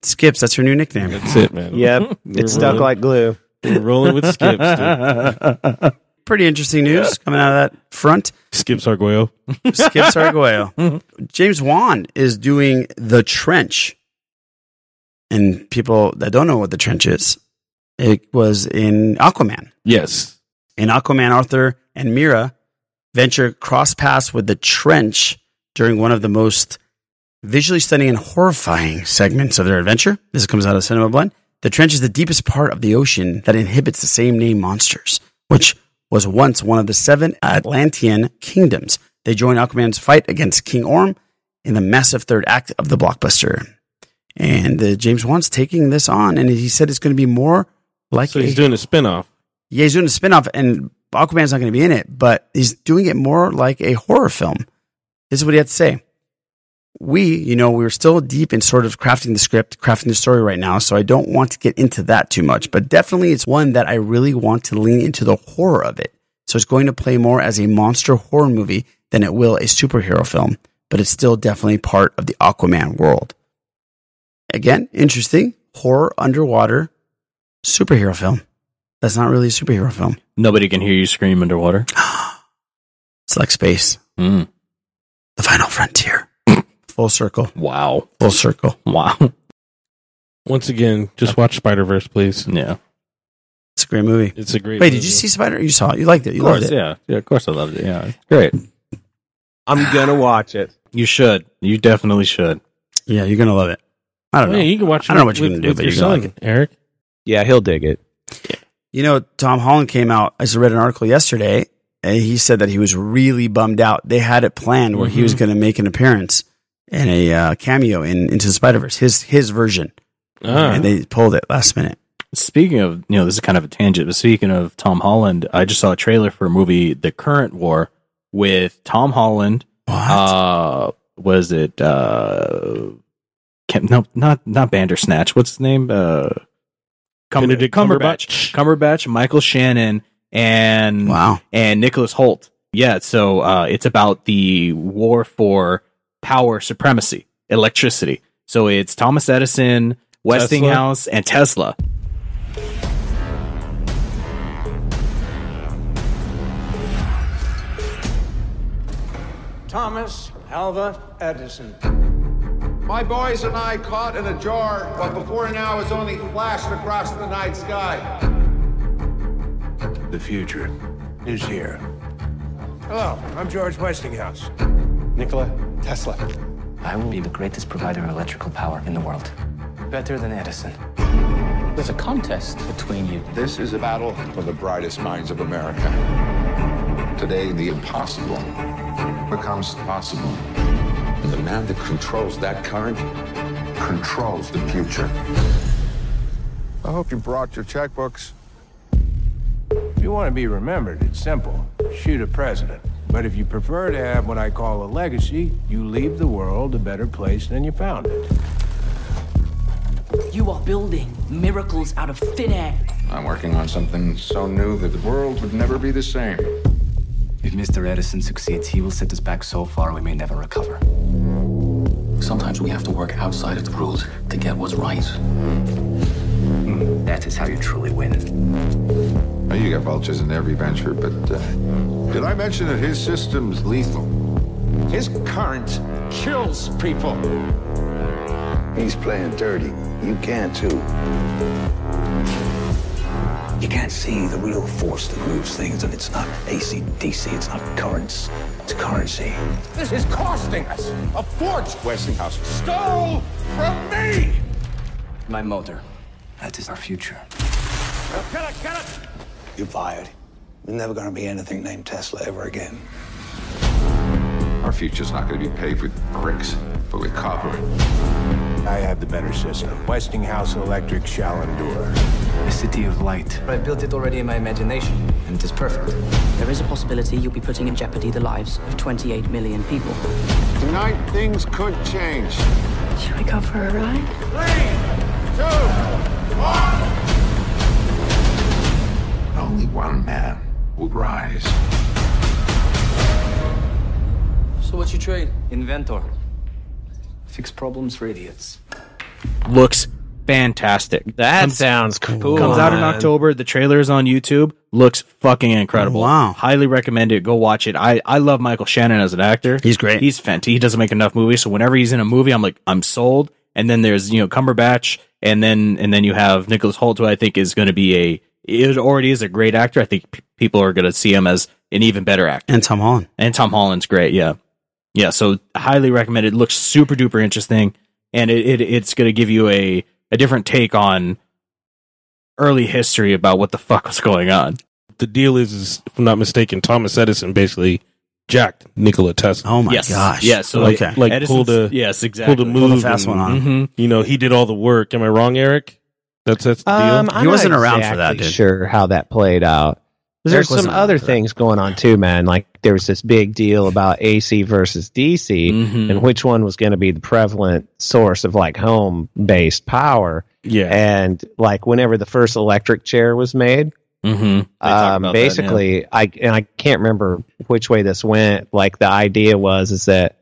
Skips, that's your new nickname. That's it, man. Yep. We're it's stuck rolling. like glue. We're rolling with skips. Dude. Pretty interesting news coming out of that front. Skips Arguello. Skips Arguello. James Wan is doing The Trench. And people that don't know what The Trench is, it was in Aquaman. Yes. In Aquaman, Arthur and Mira venture cross paths with The Trench during one of the most visually stunning and horrifying segments of their adventure. This comes out of Cinema Blend. The trench is the deepest part of the ocean that inhibits the same name monsters, which was once one of the seven Atlantean kingdoms. They join Aquaman's fight against King Orm in the massive third act of the blockbuster. And uh, James Wan's taking this on, and he said it's going to be more like So he's doing a spinoff. yeah, he's doing a spinoff, and Aquaman's not going to be in it, but he's doing it more like a horror film. This is what he had to say. We, you know, we were still deep in sort of crafting the script, crafting the story right now, so I don't want to get into that too much, but definitely it's one that I really want to lean into the horror of it. So it's going to play more as a monster horror movie than it will a superhero film, but it's still definitely part of the Aquaman world. Again, interesting horror underwater superhero film. That's not really a superhero film. Nobody can hear you scream underwater. it's like space. Mm. The final frontier. Full circle. Wow. Full circle. Wow. Once again, just watch Spider Verse, please. Yeah. It's a great movie. It's a great Wait, movie. did you see Spider? You saw it. You liked it. You Of course, loved it. yeah. Yeah, of course I loved it. Yeah. Great. I'm gonna watch it. You should. You definitely should. Yeah, you're gonna love it. I don't Oh, Yeah, know. you can watch I it don't know what you're with- gonna do, with but your you're gonna son, like it. Eric. Yeah, he'll dig it. You know, Tom Holland came out. I just read an article yesterday, and he said that he was really bummed out. They had it planned where he was Mhm. going to make an appearance and a uh, cameo in Into the Spider Verse, his his version, Ah. and they pulled it last minute. Speaking of, you know, this is kind of a tangent, but speaking of Tom Holland, I just saw a trailer for a movie, The Current War, with Tom Holland. Uh, was it, uh, Kim, no, not, not Bandersnatch. What's his name? Uh, Cum- Benedict Cumberbatch. Cumberbatch, Michael Shannon, and, wow. and Nicholas Holt. Yeah. So, uh, it's about the war for power supremacy, electricity. So it's Thomas Edison, Westinghouse, and Tesla. Thomas Alva Edison. My boys and I caught in a jar what before now has only flashed across the night sky. The future is here. Hello, I'm George Westinghouse. Nikola Tesla. I will be the greatest provider of electrical power in the world. Better than Edison. There's a contest between you. This is a battle for the brightest minds of America. Today, the impossible becomes possible. And the man that controls that current controls the future. I hope you brought your checkbooks. If you want to be remembered, it's simple shoot a president. But if you prefer to have what I call a legacy, you leave the world a better place than you found it. You are building miracles out of thin air. I'm working on something so new that the world would never be the same. If Mr. Edison succeeds, he will set us back so far we may never recover. Sometimes we have to work outside of the rules to get what's right. That is how you truly win. Now, You got vultures in every venture, but uh, did I mention that his system's lethal? His current kills people. He's playing dirty. You can too. You can't see the real force that moves things, and it's not AC/DC, it's not currents, it's currency. This is costing us a fortune. Westinghouse stole from me. My motor. That is our future. You're fired. There's never going to be anything named Tesla ever again. Our future's not going to be paved with bricks, but with copper. I have the better system. Westinghouse Electric shall endure. a city of light. But I built it already in my imagination, and it is perfect. There is a possibility you'll be putting in jeopardy the lives of 28 million people. Tonight, things could change. Should we go for a ride? Only one man would rise. So what's your trade? Inventor. Fix problems for idiots. Looks fantastic. That sounds cool. Comes out in man. October. The trailer is on YouTube. Looks fucking incredible. Wow. Highly recommend it. Go watch it. I, I love Michael Shannon as an actor. He's great. He's fantastic. He doesn't make enough movies. So whenever he's in a movie, I'm like, I'm sold. And then there's, you know, Cumberbatch. And then, and then you have Nicholas Holt, who I think is going to be a, it already is a great actor. I think p- people are going to see him as an even better actor. And Tom Holland. And Tom Holland's great. Yeah. Yeah. So highly recommend it. Looks super duper interesting. And it, it it's going to give you a, a different take on early history about what the fuck was going on. The deal is, is if I'm not mistaken, Thomas Edison basically jacked Nikola Tesla. Oh my Yes. gosh. Yeah, so like, okay. like Edison's- pulled a yes, exactly. pulled a move, Pulled a fast one on him. You know, he did all the work. Am I wrong, Eric? That's that's the Um, deal. I'm not exactly Sure, how that played out. There's some wasn't other things going on too, man. Like there was this big deal about AC versus DC, mm-hmm, and which one was going to be the prevalent source of like home based power. Yeah, Eh, and like whenever the first electric chair was made, Mm-hmm. um, about that, yeah. basically, I and I can't remember which way this went. Like the idea was is that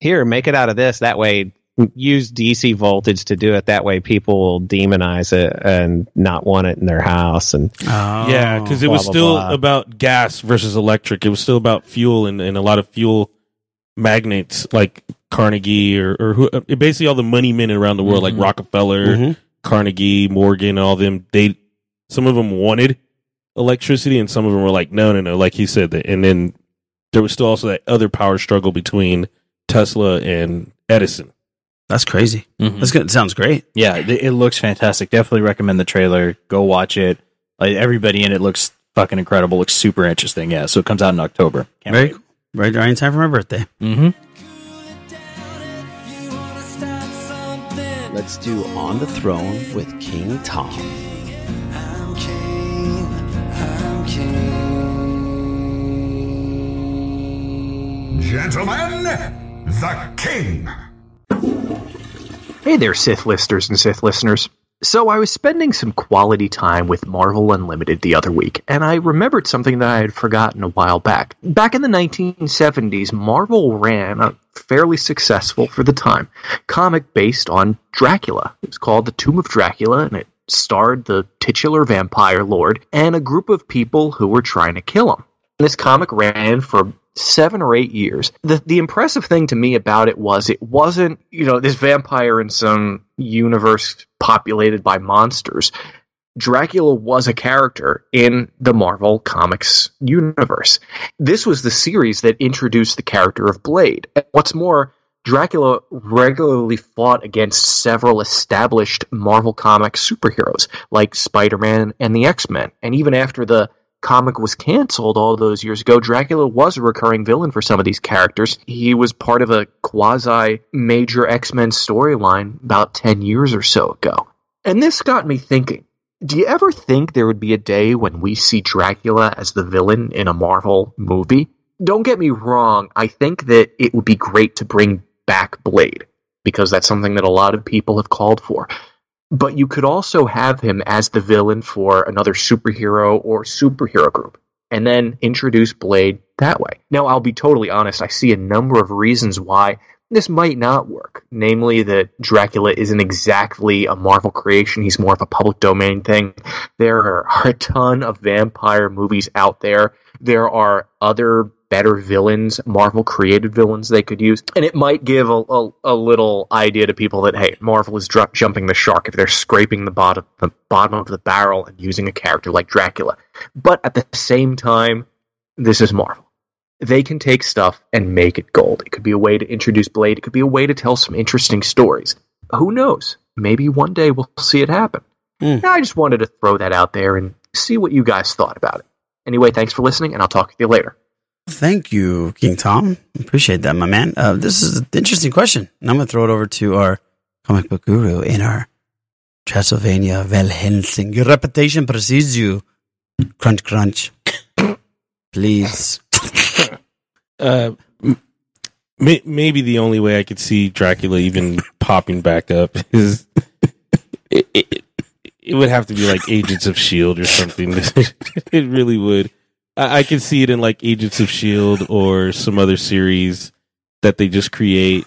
here, make it out of this. That way, use DC voltage to do it. That way, people will demonize it and not want it in their house. And yeah, Oh. because it was blah, blah, still blah. about gas versus electric. It was still about fuel and, and a lot of fuel magnates like Carnegie or, or who, uh, basically all the money men around the world, Mm-hmm. Mhm. like Rockefeller, Mhm. Carnegie, Morgan, all them. They some of them wanted electricity, and some of them were like, no, no, no. Like he said, that, and then there was still also that other power struggle between Tesla and Edison. That's crazy. That's good. Sounds great. Yeah, th- it looks fantastic. Definitely recommend the trailer. Go watch it. Like everybody in it looks fucking incredible. Looks super interesting. Yeah, so it comes out in October. Very cool. Right, right in time for my birthday. Mm-hmm. Let's do On the Throne with King Tom. Gentlemen, the king. Hey there, Sith listers and Sith listeners. So, I was spending some quality time with Marvel Unlimited the other week, and I remembered something that I had forgotten a while back. Back in the 1970s, Marvel ran a fairly successful, for the time, comic based on Dracula. It was called The Tomb of Dracula, and it starred the titular vampire lord and a group of people who were trying to kill him. This comic ran for seven or eight years. The the impressive thing to me about it was it wasn't, you know, this vampire in some universe populated by monsters. Dracula was a character in the Marvel Comics universe. This was the series that introduced the character of Blade. And what's more, Dracula regularly fought against several established Marvel Comics superheroes like Spider Man and the X Men. And even after the comic was canceled all those years ago, Dracula was a recurring villain for some of these characters. He was part of a quasi major X Men storyline about 10 years or so ago. And this got me thinking do you ever think there would be a day when we see Dracula as the villain in a Marvel movie? Don't get me wrong, I think that it would be great to bring back Blade, because that's something that a lot of people have called for. But you could also have him as the villain for another superhero or superhero group, and then introduce Blade that way. Now, I'll be totally honest, I see a number of reasons why this might not work. Namely, that Dracula isn't exactly a Marvel creation, he's more of a public domain thing. There are a ton of vampire movies out there, there are other better villains, Marvel created villains they could use. And it might give a, a, a little idea to people that, hey, Marvel is dr- jumping the shark if they're scraping the bottom, the bottom of the barrel and using a character like Dracula. But at the same time, this is Marvel. They can take stuff and make it gold. It could be a way to introduce Blade. It could be a way to tell some interesting stories. Who knows? Maybe one day we'll see it happen. I just wanted to throw that out there and see what you guys thought about it. Anyway, thanks for listening, and I'll talk with you later. Thank you, King Tom. Appreciate that, my man. Uh, this is an interesting question. And I'm going to throw it over to our comic book guru in our Transylvania, Valhensing. Your reputation precedes you. Crunch, crunch. Please. Uh, m- may- maybe the only way I could see Dracula even popping back up is it, it, it would have to be like Agents of Shield E or something. it really would. I-, I could see it in like Agents of Shield E or some other series that they just create.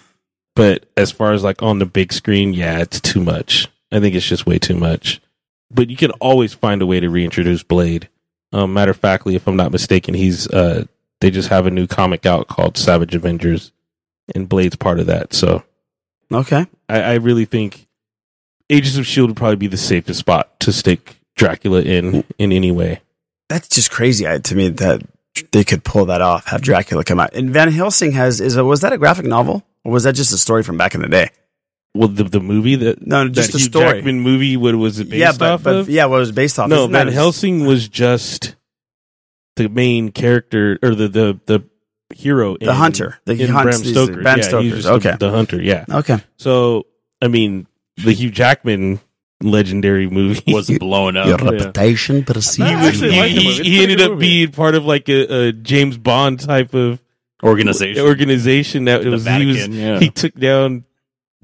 But as far as like on the big screen, yeah, it's too much. I think it's just way too much. But you can always find a way to reintroduce Blade. Um, matter of factly, if I'm not mistaken, he's uh, they just have a new comic out called Savage Avengers, and Blade's part of that. So, okay, I, I really think Agents of Shield E would probably be the safest spot to stick Dracula in in any way. That's just crazy I- to me that they could pull that off. Have Dracula come out. And Van Helsing has is a, was that a graphic novel or was that just a story from back in the day? Well, the the movie that no, just that the Hugh story. Jackman movie. What was it based yeah, but, off but of? yeah, what it was based off? No, Isn't that Van a- Helsing was just the main character or the the the hero, The hunter. The- he in hunts Bram these- Stoker. Bram Yeah, he's Stoker's, just the- okay. the, hunter. Yeah. Okay. So I mean, the Hugh Jackman legendary movie was blown Your reputation precedes He, was, you. he, he- he ended up being part of like a, a James Bond type of Organization. Organization that it The was he was Vatican, yeah. he took down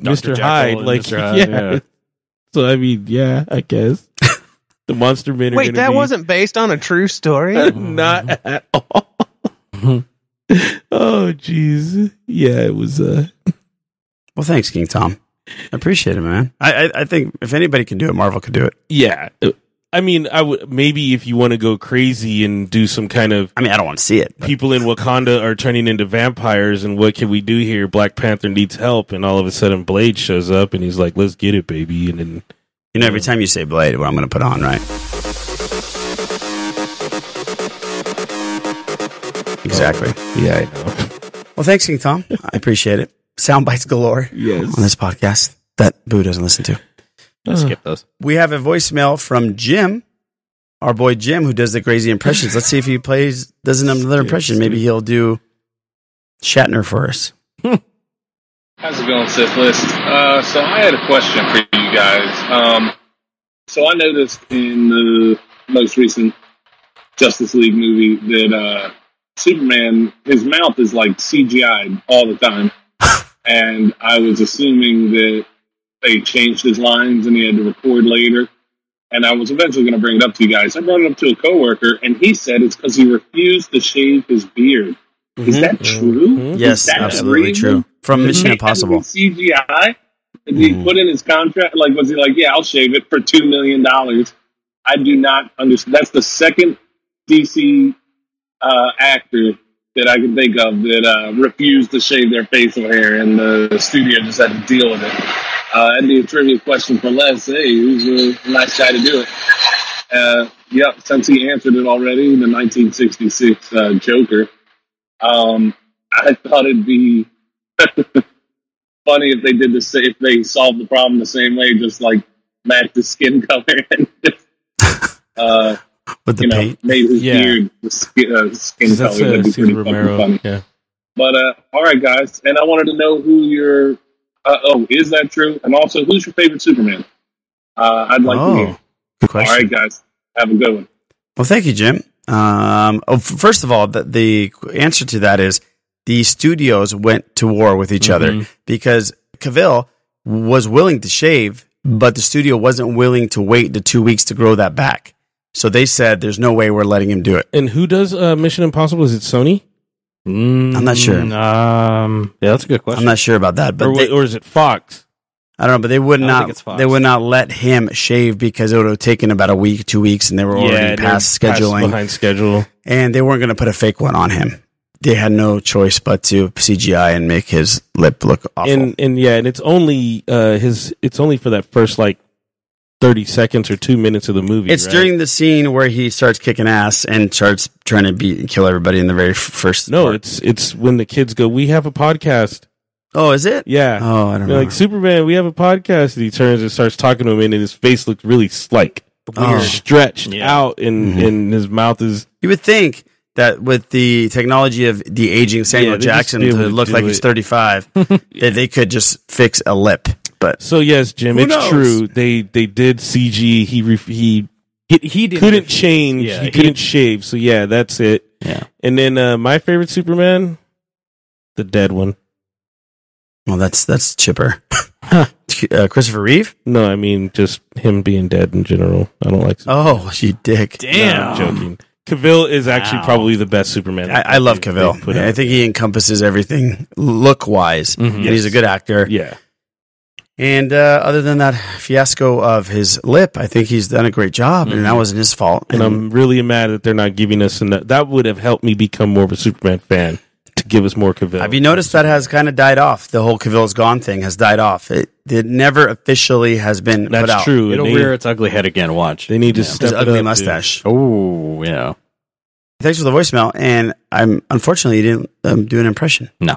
Dr. Mr. Jekyll Hyde and like Mr. Hyde, yeah. So I mean, yeah, I guess the monster men. Are Wait, gonna that be- wasn't based on a true story? Not at all. oh, jeez. Yeah, it was. Uh... Well, thanks, King Tom. I appreciate it, man. I, I I think if anybody can do it, Marvel could do it. Yeah. I mean, I would maybe if you want to go crazy and do some kind of. I mean, I don't want to see it. People in Wakanda are turning into vampires, and what can we do here? Black Panther needs help, and all of a sudden, Blade shows up, and he's like, "Let's get it, baby!" And then, you know, every time you say Blade, what I'm going to put on, right? Exactly. yeah, I know. Well, thanks, King Tom. I appreciate it. Sound bites galore. Yes. On this podcast that Boo doesn't listen to. I skip those. We have a voicemail from Jim, our boy Jim, who does the crazy impressions. Let's see if he plays does another impression. Maybe he'll do Shatner for us. How's it going, Sith List? Uh, so I had a question for you guys. Um, so I noticed in the most recent Justice League movie that uh, Superman, his mouth is like CGI all the time, and I was assuming that they changed his lines and he had to record later. And I was eventually going to bring it up to you guys. I brought it up to a coworker, and he said it's because he refused to shave his beard. Mm-hmm. Is that true? Is Yes, that the absolutely reason? true. From Did Mission he have Impossible. CGI? Did he put in his contract? Like, was he like, yeah, I'll shave it for $2 million? I do not understand. That's the second DC uh, actor that I can think of that uh, refused to shave their facial hair, and the studio just had to deal with it. Uh, and the trivia question for Les, hey, who's the nice guy to do it? Uh, yep, since he answered it already, the 1966 uh, Joker. Um, I thought it'd be funny if they did the sa- if they solved the problem the same way, just like match the skin color and just, uh, you know, made his Yeah. beard the skin, uh, skin color. That's That'd uh, be pretty Cesar fucking Romero. funny. Yeah. But uh, all right, guys, and I wanted to know who your uh, oh is that true? And also, who's your favorite Superman? Uh, I'd like to hear. Oh, Good question. All right, guys, have a good one. Well, thank you, Jim. Um, oh, f- first of all, the, the answer to that is the studios went to war with each other Mm-hmm. because Cavill was willing to shave, but the studio wasn't willing to wait the two weeks to grow that back. So they said, "There's no way we're letting him do it." And who does uh, Mission Impossible? Is it Sony? I'm not sure. Um, yeah, Mm, that's a good question. I'm not sure about that, but or, they- wa- or is it Fox? I don't know. But they would I don't not. think it's Fox. They would not let him shave because it would have taken about a week, two weeks, and they were already Yeah, they're past past scheduling. behind schedule. and they weren't going to put a fake one on him. They had no choice but to CGI and make his lip look awful. And and yeah, and it's only uh his. It's only for that first like thirty seconds or two minutes of the movie. it's right? during the scene where he starts kicking ass and starts trying to beat and kill everybody in the very f- first. No, it's it's when the kids go. We have a podcast. Oh, is it? Yeah. Oh, I don't They're know. Like Superman, we have a podcast. And he turns and starts talking to him, and his face looks really like Oh. Mm-hmm. stretched out, and and his mouth is. You would think that with the technology of the aging Samuel Yeah, they just Jackson be to able to look do like he's it. 35, that they could just fix a lip. But so yes, Jim, Who it's knows? true. They they did CG. He ref- he he, he didn't couldn't ref- change. yeah, he, he- couldn't shave. So yeah, that's it. Yeah. And then uh, my favorite Superman, the dead one. Well, that's that's chipper. Uh, Christopher Reeve? No, I mean just him being dead in general. I don't like. Oh, you dick! Damn, I'm joking. Cavill is actually Wow. probably the best Superman. I, I love They- Cavill. they put out. I think he encompasses everything look wise. Mm-hmm. And he's a Yes. good actor. Yeah. And uh, other than that fiasco of his lip, I think he's done a great job, and Mm-hmm. that wasn't his fault. and I'm really mad that they're not giving us enough. That would have helped me become more of a Superman fan to give us more Cavill. Have you noticed that has kind of died off? The whole Cavill's gone thing has died off. It, it never officially has been. put That's out. true. It'll They- rear its ugly head again. Watch. They need to His step it ugly up, mustache. Oh yeah. Thanks for the voicemail, and I'm unfortunately you didn't um, do an impression. No.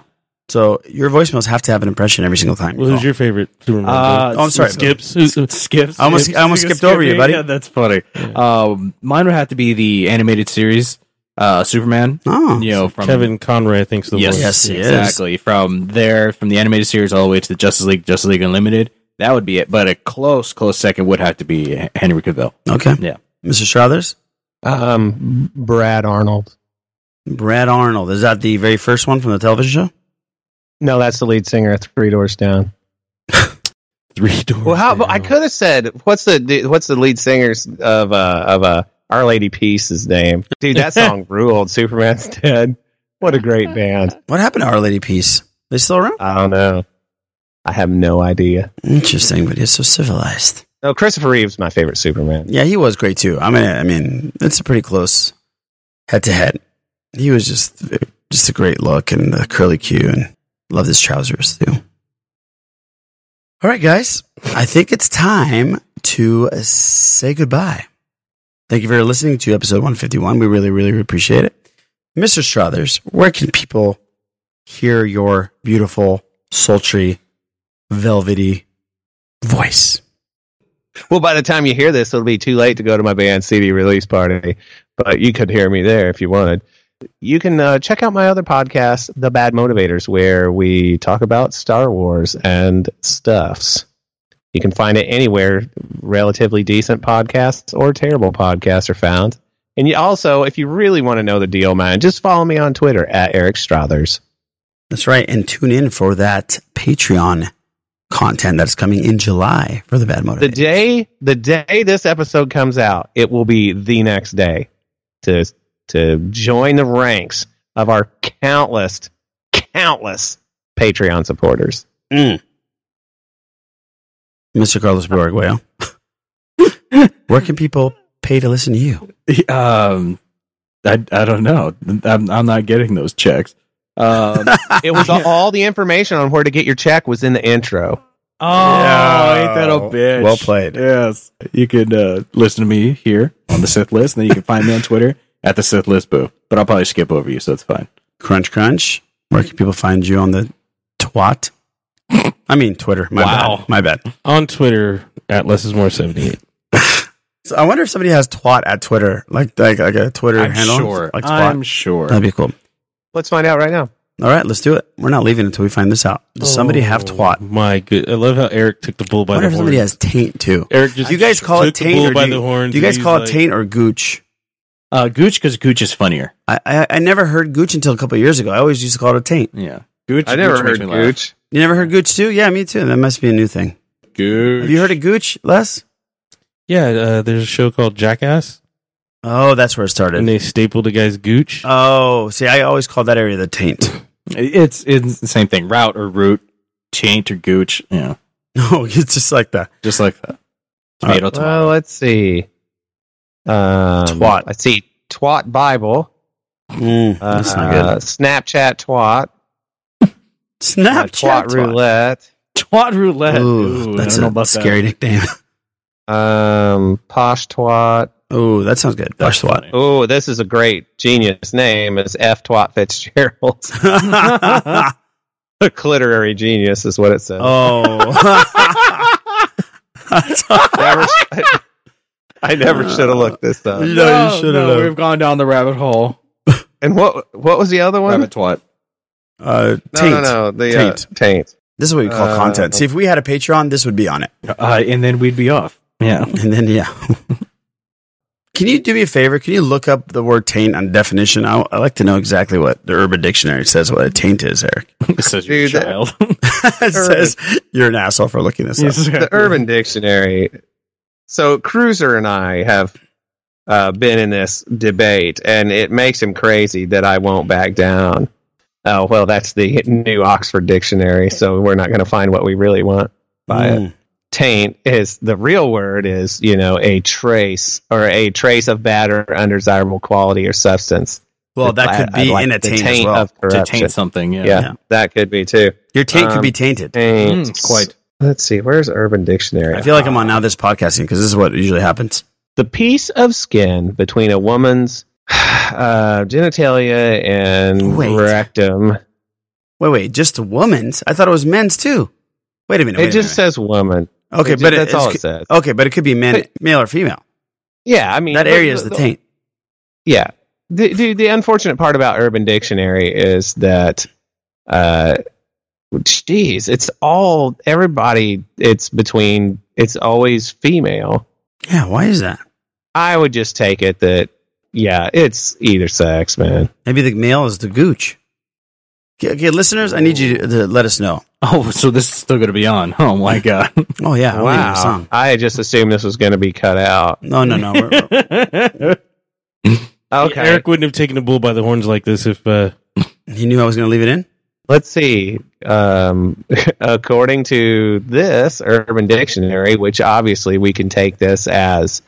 So your voicemails have to have an impression every single time. Well, who's your favorite Superman? Uh, oh, I'm sorry. Skips. Skips. I almost- Skips. I almost Skips. skipped over you, Yeah, buddy. Yeah, that's funny. Um, mine would have to be the animated series, uh, Superman. Oh, you know, from Kevin Conroy, I think's the yes, voice. yes, exactly. From there, from the animated series all the way to the Justice League, Justice League Unlimited. That would be it. But a close, close second would have to be Henry Cavill. Okay. Yeah. Mr. Struthers? Um, Brad Arnold. Brad Arnold. Is that the very first one from the television show? No, that's the lead singer. of Three Doors Down. Three Doors. Well, how I could have said what's the du- what's the lead singer's of uh of uh Our Lady Peace's name, dude. That song ruled. Superman's dead. What a great band. What happened to Our Lady Peace? They still around? I don't know. I have no idea. Interesting, but he's so civilized. No, Christopher Reeve's my favorite Superman. Yeah, he was great too. I mean, I mean, it's a pretty close head to head. He was just just a great look and the curly Q, and loved his trousers too. All right, guys, I think it's time to uh, say goodbye. Thank you for listening to episode 151. We really, really appreciate it. Mr. Struthers, where can people hear your beautiful, sultry, velvety voice? Well, by the time you hear this, it'll be too late to go to my band CD release party, but you could hear me there if you wanted. You can uh, check out my other podcast, The Bad Motivators, where we talk about Star Wars and stuffs. You can find it anywhere relatively decent podcasts or terrible podcasts are found. And you also, if you really want to know the deal, man, just follow me on Twitter at Eric Strathers. That's right. And tune in for that Patreon content that's coming in July for the Bad Motor. The day the day this episode comes out, it will be the next day to to join the ranks of our countless countless Patreon supporters. Mr. Carlos Borguayo, where can people pay to listen to you? Um, I, I don't know. I'm, I'm not getting those checks. Um, It was all the information on where to get your check was in the intro. oh, ain't that a bitch? Well played. Yes, you could uh, listen to me here on the Sith List, and then you can find me on Twitter at the Sith List Boo. But I'll probably skip over you, so it's fine. Crunch, crunch. Where can people find you on the twat? I mean, Twitter. My bad. My bad. On Twitter at less is more seventy eight. So I wonder if somebody has twat at Twitter, like like, like a Twitter I'm handle. sure. Like I'm sure. That'd be cool. Let's find out right now. All right, let's do it. We're not leaving until we find this out. Does somebody have twat? Oh My good. I love how Eric took the bull by wonder if the horns. somebody has taint too. Eric just do you guys call it took the taint bull or by do you, the horns do you and guys he's call it like- taint or gooch? Uh, Gooch because Gooch is funnier. I, I I never heard gooch until a couple of years ago. I always used to call it a taint. Yeah, Gooch. I never Gooch makes heard me laugh. Gooch. You never heard gooch too? Yeah, me too. That must be a new thing. Gooch. Have you heard of gooch, Les? Yeah, uh, there's a show called Jackass, Oh, that's where it started. and they stapled a guy's gooch. Oh, see, I always call that area the taint. It's it's the same thing. Route or root, taint or gooch. Yeah, No, it's just like that. just like that. Tomato, tomato. Well, let's see. Um, twat. Mm, Let's see. Twat Bible. Uh, that's not good. Snapchat twat. Uh, Snapchat twat, twat. roulette. Twat roulette. Ooh, that's a scary nickname. Um, posh twat. Oh, that sounds good. Posh twat. Oh, this is a great genius name. It's F. Twat Fitzgerald. a cliterary genius is what it says. Oh. Never- I, never should have looked this up. No, no, uh, We've gone down the rabbit hole. And what what was the other one? Rabbit twat. Uh, No, no, no. The taint. Uh, taint. This is what we call Uh, content. See, if we had a Patreon, this would be on it. Uh, and then we'd be off. Yeah. And then, yeah. Can you do me a favor? Can you look up the word taint on definition? I, I'd like to know exactly what the Urban Dictionary says what a taint is, Eric. It says you're a child. it says you're an asshole for looking this up. the Urban Dictionary. So Cruiser and I have uh, been in this debate, and it makes him crazy that I won't back down. Oh well, that's the new Oxford Dictionary, so we're not going to find what we really want by Mm. it. Taint is the real word is you know a trace or a trace of bad or undesirable quality or substance. Well, that could be in a the taint as well. To taint corruption. something, yeah. yeah, Yeah. that could be too. Your taint could be tainted. taint. Mm, quite. Let's see. Where's Urban Dictionary? I feel like I'm on now this podcasting because this is what usually happens. The piece of skin between a woman's uh, genitalia and rectum. Wait, wait, just the woman's? I thought it was men's too. Wait a minute. It wait a just says woman. minute. okay, It ju- but that's it's- all it says. Okay, but it could be men, male or female. Yeah, I mean that area is the taint. Yeah, the, the the unfortunate part about Urban Dictionary is that, uh, geez, it's all everybody. It's between. It's always female. Yeah, why is that? I would just take it that yeah, it's either sex, man. Maybe the male is the gooch. Okay, okay, listeners, I need you to, to let us know. Oh, so this is still going to be on. Oh my god. Oh yeah, I want to hear the song. I had just assumed this was going to be cut out. No, no, no. we're- Okay. Eric wouldn't have taken the bull by the horns like this if uh, he knew I was going to leave it in. Let's see. Um, according to this Urban Dictionary, which obviously we can take this as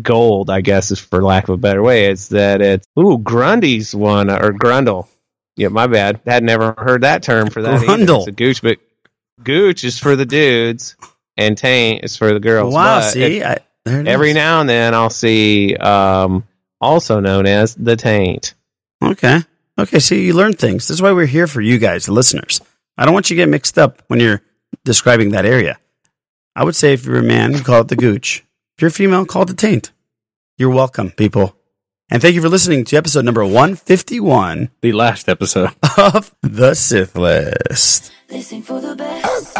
gold, I guess, is for lack of a better way, it's that it's ooh Grundy's one or Grundle. Yeah, my bad. Had never heard that term for that. either. Grundle. It's a gooch, but gooch is for the dudes, and taint is for the girls. wow, But see, it- I, there it every is. now and then I'll see, um, also known as the taint. Okay, okay. See, you learn things. That's why we're here for you guys, the listeners. I don't want you to get mixed up when you're describing that area. I would say if you're a man, call it the gooch. If you're a female, call it the taint. You're welcome, people. And thank you for listening to episode number 151 The last episode of The Sith List. They sing for the best.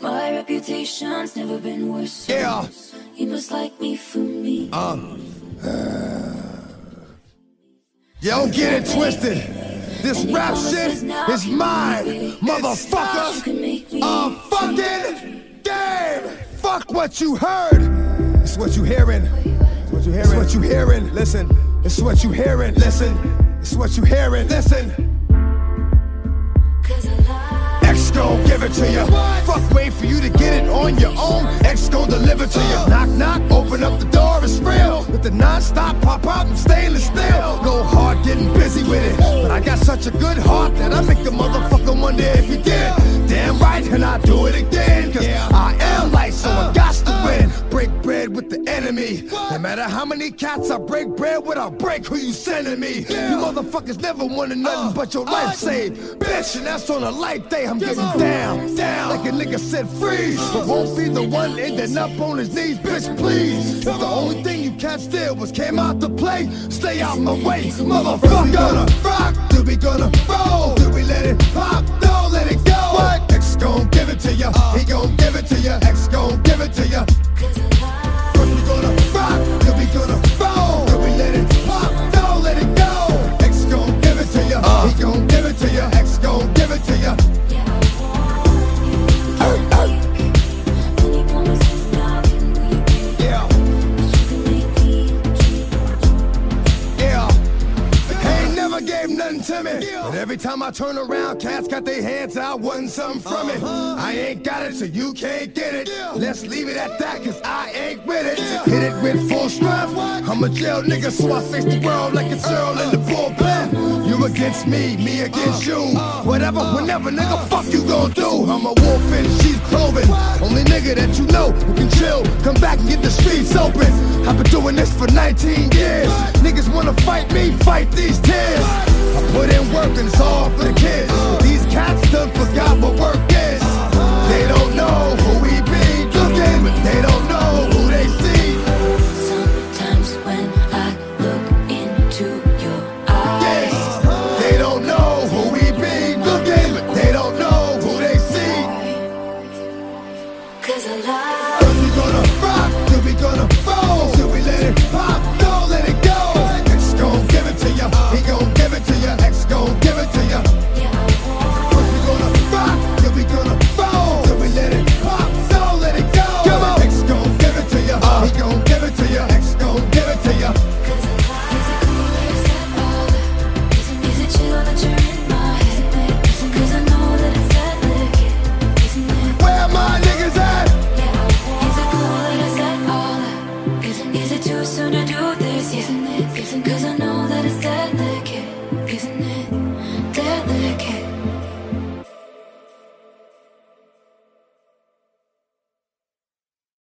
My reputation's never been worse. Yeah. You must like me for me. Um. You don't uh, get it twisted. This rap shit is mine, motherfucker. Uh, fucking damn. Fuck what you heard. It's what you hearing. It's what you hearing. It's what you hearing. Listen. It's what you hearing. Listen. It's what you hearing. Listen. X gon' give it to you. Fuck wait for you to get it on your own. X gon' deliver to you. Knock knock, open up the door, it's real. With the non-stop pop out and stainless steel. Go hard getting busy with it. But I got such a good heart that I make the motherfucker wonder if he did. Damn right, and I do it again. Cause I am light, so I got to win. Break bread with the enemy. No matter how many cats I break bread with, I'll break who you sending me. You motherfuckers never wanted nothing but your life saved. Uh, Bitch, and that's on a life day. I'm getting down, down. Like a nigga said, freeze. But won't be the one ending up on his knees, bitch, please. If the only thing you cats did was came out to play, stay out my way, motherfucker. We gonna rock, do we gonna roll? Do we let it pop? Don't let it go. What? X gon' give it to ya. He gon' give it to ya. X gon' give it to ya. First we gonna rock, then we gonna roll. Then we let it pop, don't let it go. X gon' give it to ya. He gon' give it to ya. X gon' give it to ya. Yeah. Yeah. They ain't never gave nothing to me. But every time I turn around, cats got their hands out, wanting something from it. I ain't got it, so you can't get it. Let's leave it at that, cause I ain't with it. Hit it with full strength. I'm a jail nigga, so I face the world like it's Earl in the bullpen. You against me, me against you. Whatever, whenever, nigga, fuck you gon' do. I'm a wolf in she's clothing. Only nigga that you know who can chill. Come back and get the streets open. I've been doing this for 19 years. Niggas wanna fight me, fight these tears. I put in work and it's all for the kids. These cats done forgot what work is. They don't